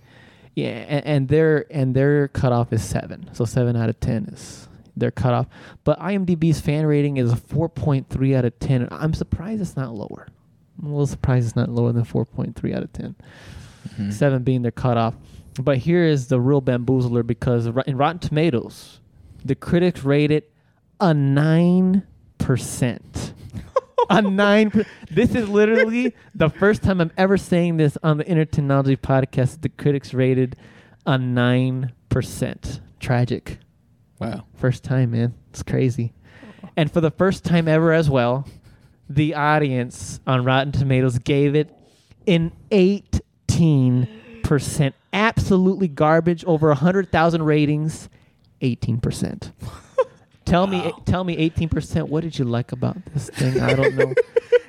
yeah, and, and their and their cutoff is seven. So seven out of ten is their cutoff. But IMDb's fan rating is a four point three out of ten. I'm surprised it's not lower. I'm a little surprised it's not lower than four point three out of ten
Mhm.
seven being their cutoff. But here is the real bamboozler because ro- in Rotten Tomatoes, the critics rated a nine percent. a nine. Per- this is literally the first time I'm ever saying this on the Inner Technology podcast. The critics rated a nine percent. Tragic.
Wow.
First time, man. It's crazy. And for the first time ever as well, the audience on Rotten Tomatoes gave it an 18%. Absolutely garbage over 100,000 ratings, 18%. Tell me, tell me, eighteen percent. What did you like about this thing? I don't know.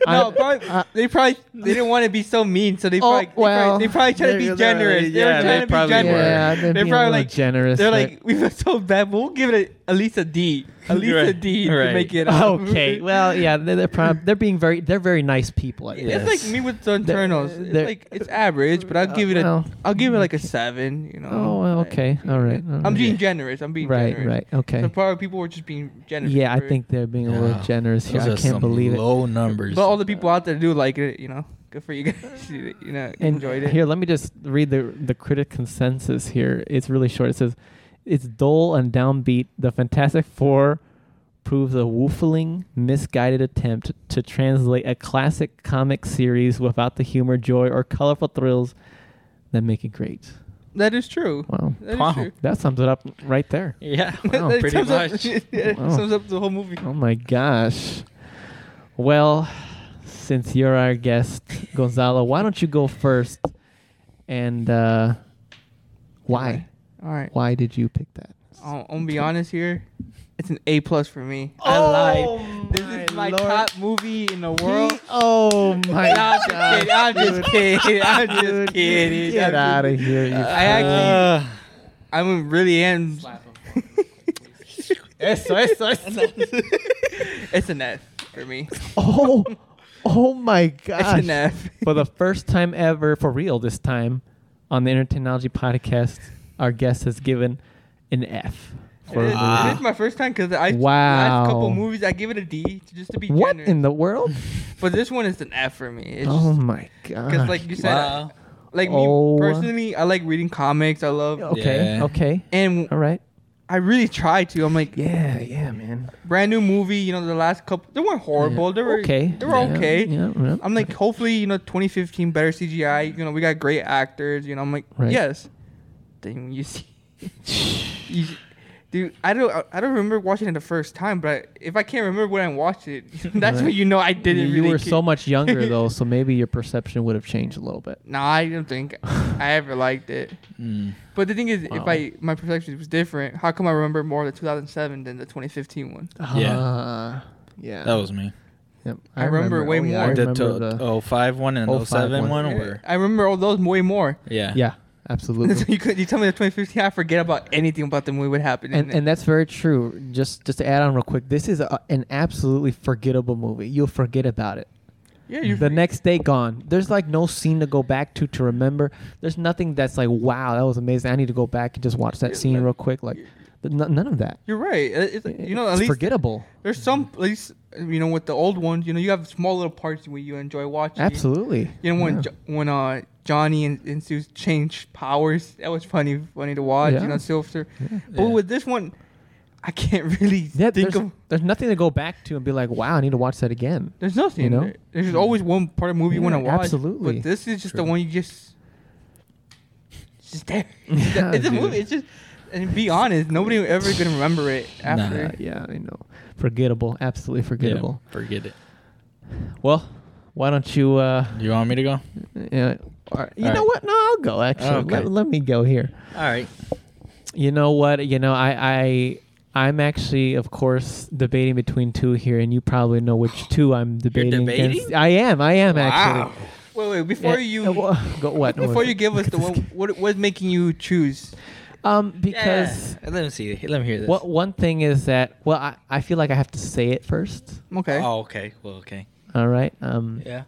I-
no, probably,
I-
they probably they didn't want to be so mean, so they
Oh,
probably,
well.
they probably, they probably tried to
They're-
be
they're-
generous. they
yeah,
were
they
trying to be
probably
generous.
were.
yeah, they're,
They're
being a
probably
little
like-
generous.
They're
but-
like, we feel so bad, but we'll give it a, at least a D, at least a
Right,
D
right.
to make it. up.
okay, well, yeah, they're they're, prob- they're being very they're very nice people. I guess.
Yeah.
It's like me with the internals. It's
they're-
like it's average, but I'll give it
well,
a. I'll give it like a seven. You know.
Oh, well, okay, all right. all
I'm
right.
being generous. I'm being
right,
generous.
right, okay.
So probably people were just being generous.
yeah, I
for it.
think they're being a little
Yeah.
generous here.
Those
I
are
can't
some
believe it.
low numbers.
But all the people out there do like it. You know, good for you guys. You you know,
And
enjoyed it.
Here, let me just read the the critic consensus here. It's really short. It says, "It's dull and downbeat. The Fantastic Four proves a woofling, misguided attempt to translate a classic comic series without the humor, joy, or colorful thrills that make it great."
That is true.
Wow,
That is
Wow.
true.
that sums it up right there.
yeah,
Wow,
That
pretty
sums up-
much.
yeah, it
Wow.
Sums up the whole movie.
Oh my gosh. Well, since you're our guest, Gonzalo, why don't you go first? And uh, why?
All right.
Why did you pick that?
I'll, I'm gonna be honest here. It's an A plus for me.
Oh
I lied. This
my
is my
Lord.
top movie in the world.
Oh my
No, I'm just
God,
kidding. I'm
dude.
just kidding. I'm just
Dude,
kidding.
Get out
I'm
of
just-
here. You
I actually, I'm really am.
eso, eso,
it's an F for me.
Oh, oh my
It's an
gosh.
F.
For the first time ever, for real this time, on the Inner Technology Podcast, our guest has given an F. For
It is-
the movie.
It is my first time because I the
Wow.
last couple movies I give it a D just to be
What
generous.
in the world?
but this one is an F for me. It's
oh
just
my god!
because like you said,
Wow.
like me
Oh.
personally, I like reading comics. I love
okay,
Yeah.
okay,
uh, and
all right.
I really try to. I'm like
Yeah, yeah, man.
brand new movie. You know the last couple they weren't horrible. They were
okay.
They were
Yeah,
okay.
Yeah, yeah.
I'm like, hopefully, you know, 2015 better CGI. You know, we got great actors. You know, I'm like,
Right.
yes. Then you see, you, dude. I don't. I don't remember watching it the first time, but if I can't remember when I watched it, that's
Right.
when you know I didn't.
you
really
were
care.
so much younger though, so maybe your perception would have changed a little bit.
Nah, I don't think I ever liked it.
Mm.
But the thing is,
Wow.
if I my perception was different, how come I remember more of the 2007 than the 2015 one?
Yeah.
Ah, yeah.
That was me.
Yep.
I remember way
oh, yeah,
more.
I
The
the,
remember
to- oh,
the,
05 one and
05
07
one.
one were.
I remember all those way more.
Yeah.
yeah,
So
absolutely.
you could you tell me the 2015, I forget about anything about the movie. What happened? in
And,
it.
and that's very true. Just just to add on real quick, this is a, an absolutely forgettable movie. You'll forget about it.
yeah, you
the next day gone. There's like no scene to go back to to remember. There's nothing that's like, wow, that was amazing. I need to go back and just watch that scene real quick. Like, th- n- none of that.
You're right. It- It's, you know, at
it's
least
forgettable.
there's some, at least you know, with the old ones, you know, you have small little parts where you enjoy watching.
Absolutely.
You know when
Yeah.
Jo- when uh Johnny and, and Sue change powers, that was funny, funny to watch.
Yeah.
You know, Silver. But
Yeah.
with this one, I can't really
Yeah,
think
there's,
of.
there's nothing to go back to and be like, wow, I need to watch that again.
There's nothing.
you know?
there. There's just always one part of the movie you want to
Yeah,
watch.
absolutely.
But this is just the
True.
one you just. It's just there.
Yeah,
it's a
dude.
movie. It's just. And be honest, nobody ever gonna remember it after.
Uh, yeah, I know. Forgettable. Absolutely forgettable.
Yeah, Forget it.
Well, why don't you? Uh,
You want me to go? All
uh, or- you
All
know
right.
what? No, I'll go. Actually,
Okay.
let, let me go here.
right.
You know what? You know, I I I'm actually, of course, debating between two here, and you probably know which two I'm debating,
debating?
against. I am. I am actually.
Wait, wait. Before
Yeah,
you
uh, wha- go, what? what
Before
was
you
it?
give us the one, what was making you choose?
um, because
Yeah. let me see. Let me hear this.
what one thing is that well, I, I feel like I have to say it first.
Okay.
Oh, okay. Well, okay.
All right. Um.
Yeah.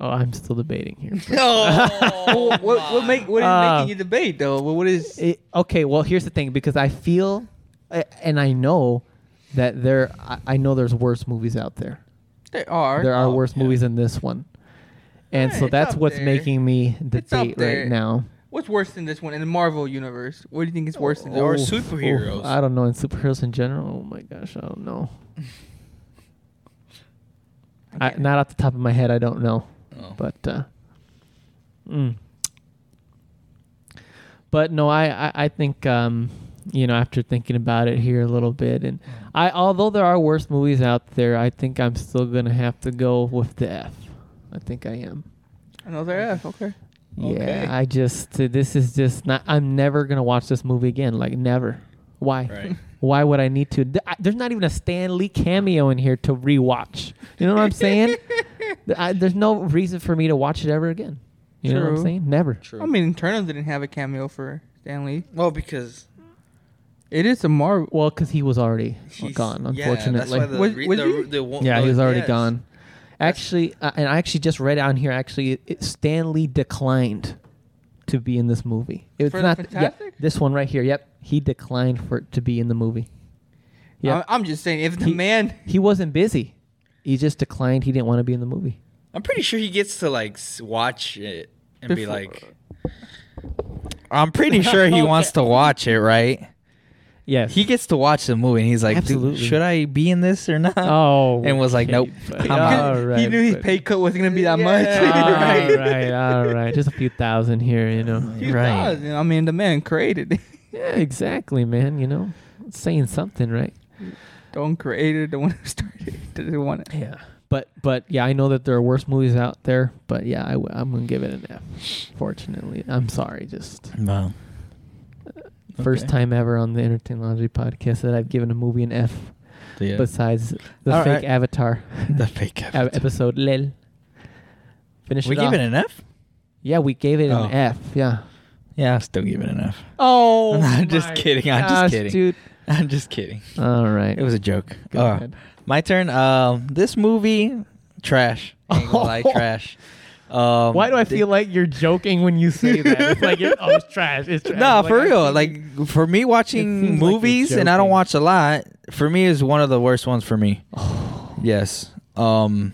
Oh, I'm still debating here.
Well, what, what make what is
Uh,
making you debate though? What, what is?
It- okay, well, here's the thing because I feel uh, and I know that there I, I know there's worse movies out there.
there are.
There are
Oh,
worse
yeah.
movies than this one. And
Yeah,
so
it's
that's
up
what's
there.
making me
It's up
debate right
there.
now.
What's worse than this one in the Marvel universe? What do you think is worse than? this?
Or
Oof,
superheroes.
oof, I don't know, and superheroes in general. Oh my gosh, I don't know. I, not off the top of my head, I don't know,
Oh.
but uh, mm. but no, I I, I think um, you know after thinking about it here a little bit, and I although there are worse movies out there, I think I'm still gonna have to go with the F. I think I am.
Another F. Okay.
Okay.
Yeah, I just this is just not. I'm never gonna watch this movie again. Like never. Why?
Right.
Why would I need to? Th- I- There's not even a Stan Lee cameo in here to rewatch. You know what I'm saying? Th- I, there's no reason for me to watch it ever again. You know what I'm
True.
saying? Never.
True.
I mean, Eternals didn't have a cameo for Stanley.
well, because
It is a Marvel.
Well, because he was already
he's-
gone,
Yeah, that's
unfortunately.
why
Yeah,
the,
Was-
re-
was
the,
he?
the one-
he was already
yes.
gone. Actually, uh, and I actually just read on here. Actually, it, Stan Lee declined to be in this movie. It's
For the
not yeah,
Fantastic?
this one right here. Yep, he declined for it to be in the movie. Yeah,
I- I'm just saying, if the
He-
man.
he wasn't busy. He just declined. He didn't want to be in the movie.
I'm pretty sure he gets to like s- watch it and be
Before-
like. I'm pretty sure he wants to watch it, right?
Yes.
He gets to watch the movie and he's like, dude,
Absolutely.
should I be in this or not?
Oh,
And was like,
okay,
nope.
buddy.
I'm out.
All right,
he knew his
buddy.
pay cut wasn't gonna be that much.
Yeah.
all right, all right. Just a few thousand here, you know.
He
Right.
does. I mean, the man created. it.
Yeah, exactly, man. You know, it's saying something, right?
Don't create it. The one who started it doesn't want it.
Yeah. But but yeah, I know that there are worse movies out there. But yeah, I, am gonna give it an F. Fortunately, I'm sorry. Just uh,
Wow.
first
Okay.
time ever on the Entertainment Laundry podcast that I've given a movie an F.
Yeah.
Besides the
All
fake
right.
Avatar
the fake
av-
episode.
episode, lel. Finish
We
it off.
give it an F?
Yeah, we gave it
Oh.
an F. Yeah.
Yeah, I'll still give it an F.
Oh,
I'm just kidding. I'm just kidding.
dude.
I'm just kidding.
All right.
It was a joke.
Go
Uh,
ahead.
my turn. Um, this movie, trash. Ain't gonna lie, trash. Um,
Why do I
the-
feel like you're joking when you say that? It's like, it, oh, it's trash. It's trash.
No,
Like,
for
I
real.
think-
Like for me, watching
seems like you're
movies, and I don't
joking.
watch a lot. For me, is one of the worst ones for me. yes. Um,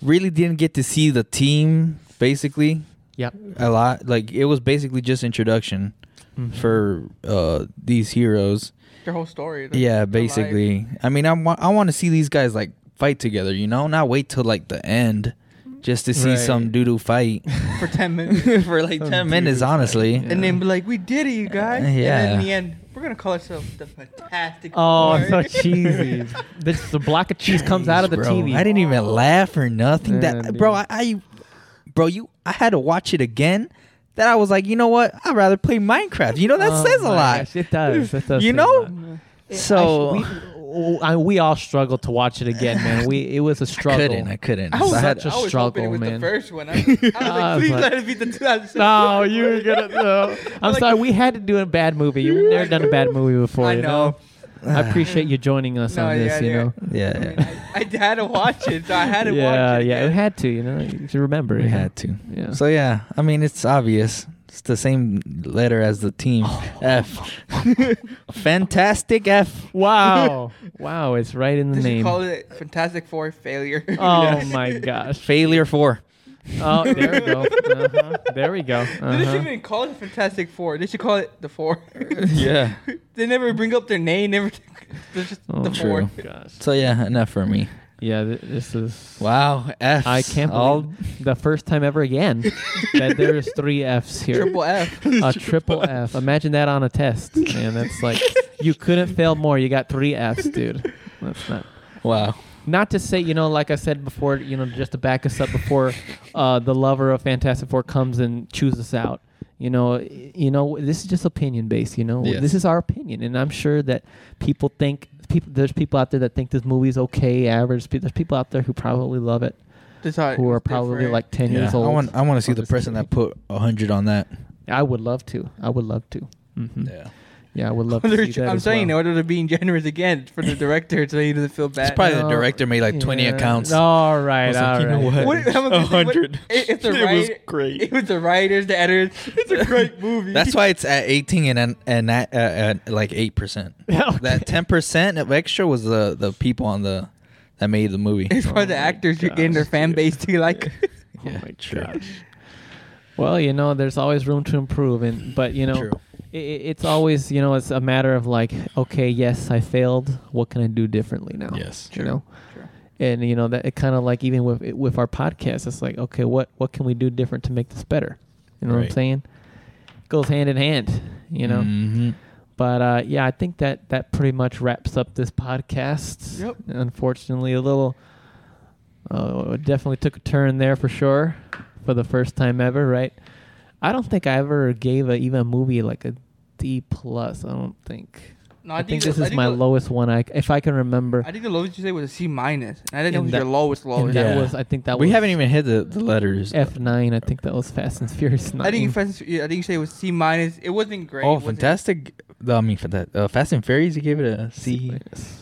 really didn't get to see the team basically
Yep.
a lot. Like it was basically just introduction
Mhm.
for uh these heroes.
Their whole story. their-
Yeah,
their life.
basically. I mean, I want I want to see these guys like fight together. You know, not wait till like the end just to see
Right.
some doodoo fight
For 10 minutes.
for like
Some
ten minutes.
doo-doo fight,
Honestly,
yeah.
And then be like, we did it, you guys.
Uh,
And then
yeah.
in the end, we're going to call ourselves the Fantastic
Oh,
Four.
so cheesy. this, the block of cheese comes out of the
Jeez, bro.
TV.
I didn't even laugh or nothing.
Yeah,
that bro,
dude.
I, I bro, you I had to watch it again. That I was like, you know what? I'd rather play Minecraft. You know that
Oh
says a
my
lot.
gosh, it does. It does say
You
a
know?
lot. I sh-
So
we, oh, I- we all struggled to watch it again, man. We it was a
I
struggle.
couldn't. I couldn't.
I
So
was
had-
such a
hoping
struggle,
it was
man.
the first one. I, I was like,
I was
please
like-
let it be the 2007.
No, you were gonna. No. I'm
Like-
sorry. We had to do a bad movie. You've never done a bad movie before.
I
you
know.
I appreciate you joining us
No,
on this.
yeah,
you
yeah.
know.
I, mean,
yeah,
I, I had to watch it, so I had to
yeah,
watch it.
yeah.
again.
It had to. You know. You should remember.
we
you know?
had to.
Yeah.
So yeah, I mean it's obvious. It's the same letter as the team.
Oh.
F. Fantastic F.
wow. wow. It's right in the
They should
name.
call it Fantastic Four Failure.
Oh
Yes.
my gosh.
Failure four.
Oh, there we go. Uh-huh. There we go.
They shouldn't
Uh-huh.
even call it Fantastic Four. They should call it the Four.
Yeah.
they never bring up their name. Never. They're just
Oh,
the
True.
Four.
Gosh.
So yeah, enough for me.
Yeah. Th- this is.
Wow. F.
I can't believe the first time ever again that there's three F's here.
Triple F.
a triple F. Imagine that on a test, man. That's like you couldn't fail more. You got three Fs, dude. That's not.
Wow.
Not to say, you know, like I said before, you know, just to back us up before uh, the lover of Fantastic Four comes and chews us out. You know, y- you know, this is just opinion based. You know,
Yes.
this is our opinion, and I'm sure that people think people. There's people out there that think this movie's okay, average. Pe- There's people out there who probably love it,
Just how it
who
was
are probably
different.
like 10 years old.
I want I want to see
I'm
the
just
person
kidding.
that put a hundred on that.
I would love to. I would love to. hmm Yeah. I would love to.
They're
see
tr-
that
I'm
as
saying in
well.
order to being generous again for the director, so he doesn't feel bad.
It's probably
No.
the director made like twenty
Yeah.
accounts.
All right, all right.
What- I'm gonna say, what- it- it's a writer-
great.
it was the writers, the editors. It's a great movie.
That's why it's at eighteen and and, and at, uh, at like eight percent.
Okay.
That ten percent of extra was the the people on the that made the movie.
It's
Oh
probably the
my
actors who getting their
gosh,
fan
dude.
base to like.
Oh
Yeah,
my
true.
gosh. Well, you know, there's always room to improve, and but you know,
True.
i i- it's always you know, it's a matter of like, okay, yes, I failed. What can I do differently now?
Yes.
you know,
True.
and you know that it kind of like even with with our podcast, it's like okay, what what can we do different to make this better? You know what I'm
Right.
saying? goes hand in hand, you know.
Mhm.
But uh, yeah, I think that that pretty much wraps up this podcast.
Yep.
Unfortunately, a little uh, it definitely took a turn there for sure, for the first time ever, right? I don't think I ever gave a, even a movie like a D plus. I don't think.
No,
I, think,
the-
this
I
is my
the-
lowest one. I if I can remember.
I think the lowest you say was a C minus, and I didn't
And
know it was your
that-
lowest
and
lowest.
Oh, that
Yeah.
was I think that
we
was
haven't even hit the, the letters.
F nine. I think that was Fast and Furious nine.
I think you fast, yeah, I think you say it was C minus. It wasn't great. it
oh,
wasn't-
fantastic! I mean, fantastic. Uh, Fast and Furious. You gave it a C,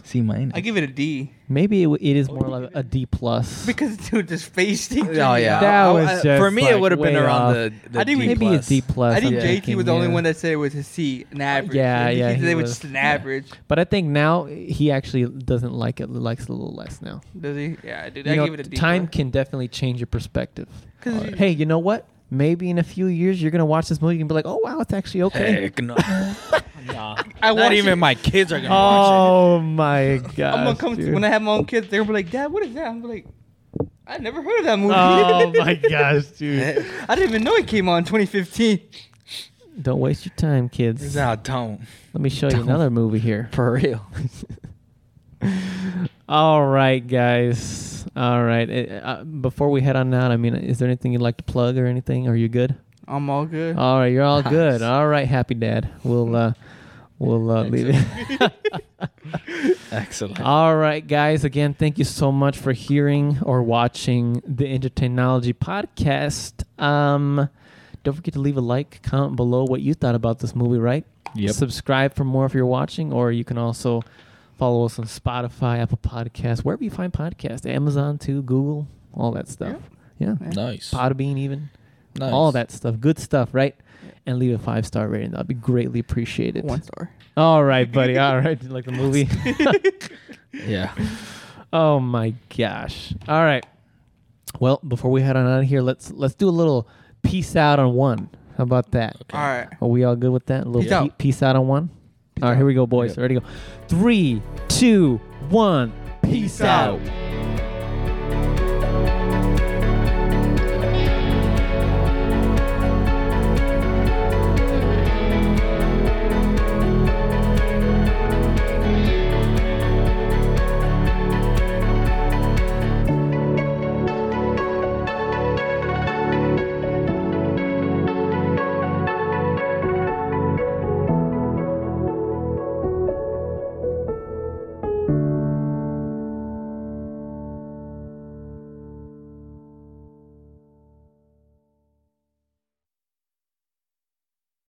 C minus.
I give it a D
Maybe it, w- it is
Oh,
more
you
like
give it
a D plus.
because dude, this face thing.
Oh
threw me
yeah,
off.
That
I-
was
I-
just,
for me. it
like,
would have been
way
around
off.
the, the
I think
D
we-
maybe
plus.
a D plus.
I think
I'm
JT was
thinking,
the only
yeah.
one that said it was a C, an average.
yeah,
I think
yeah,
He said
he
it was
was-
an
yeah.
average.
But I think now he actually doesn't like it. Likes it a little less now.
Does he? Yeah, dude,
You
I
know,
give it a D.
time
plus.
can definitely change your perspective. Uh,
'Cause you-
Hey, you know what? Maybe in a few years you're gonna watch this movie and be like, "Oh wow, it's actually okay."
Heck no. nah.
I
Not
watch
even
it.
my kids are gonna watch
Oh my god!
I'm gonna come to, when I have my own kids. They're gonna be like, Dad, what is that? I'm gonna be like, I never heard of that movie.
Oh my
gosh, dude.
it.
I didn't even know it came on in 2015.
Don't waste your time, kids.
Nah, don't.
Let me show you
Don't.
another movie here.
For real.
All right, guys. All right. Uh, uh, before we head on out, I mean, is there anything you'd like to plug or anything? Are you good?
I'm all good.
All right, you're all
Nice.
good. All right, happy dad. We'll uh, we'll uh, leave it.
Excellent.
All right, guys. Again, thank you so much for hearing or watching the Entertainology podcast. Um, don't forget to leave a like, comment below what you thought about this movie, right?
Yep.
Subscribe for more if you're watching, or you can also follow us on Spotify, Apple Podcasts, wherever you find podcasts, Amazon too, Google, all that stuff. Yeah.
nice.
Podbean even.
nice.
All that stuff. Good stuff, right? And leave a five star rating. That'd be greatly appreciated.
One star.
All right, buddy. All right. Like the movie.
Yeah.
Oh my gosh! All right. Well, before we head on out of here, let's let's do a little peace out on one. How about that?
Okay.
All right.
Are we all good with that? A little
Peace
pe-
out.
peace out on one. all right,
out.
here we go, boys.
Yep.
Ready to go. Three, two, one. Peace,
out.
out.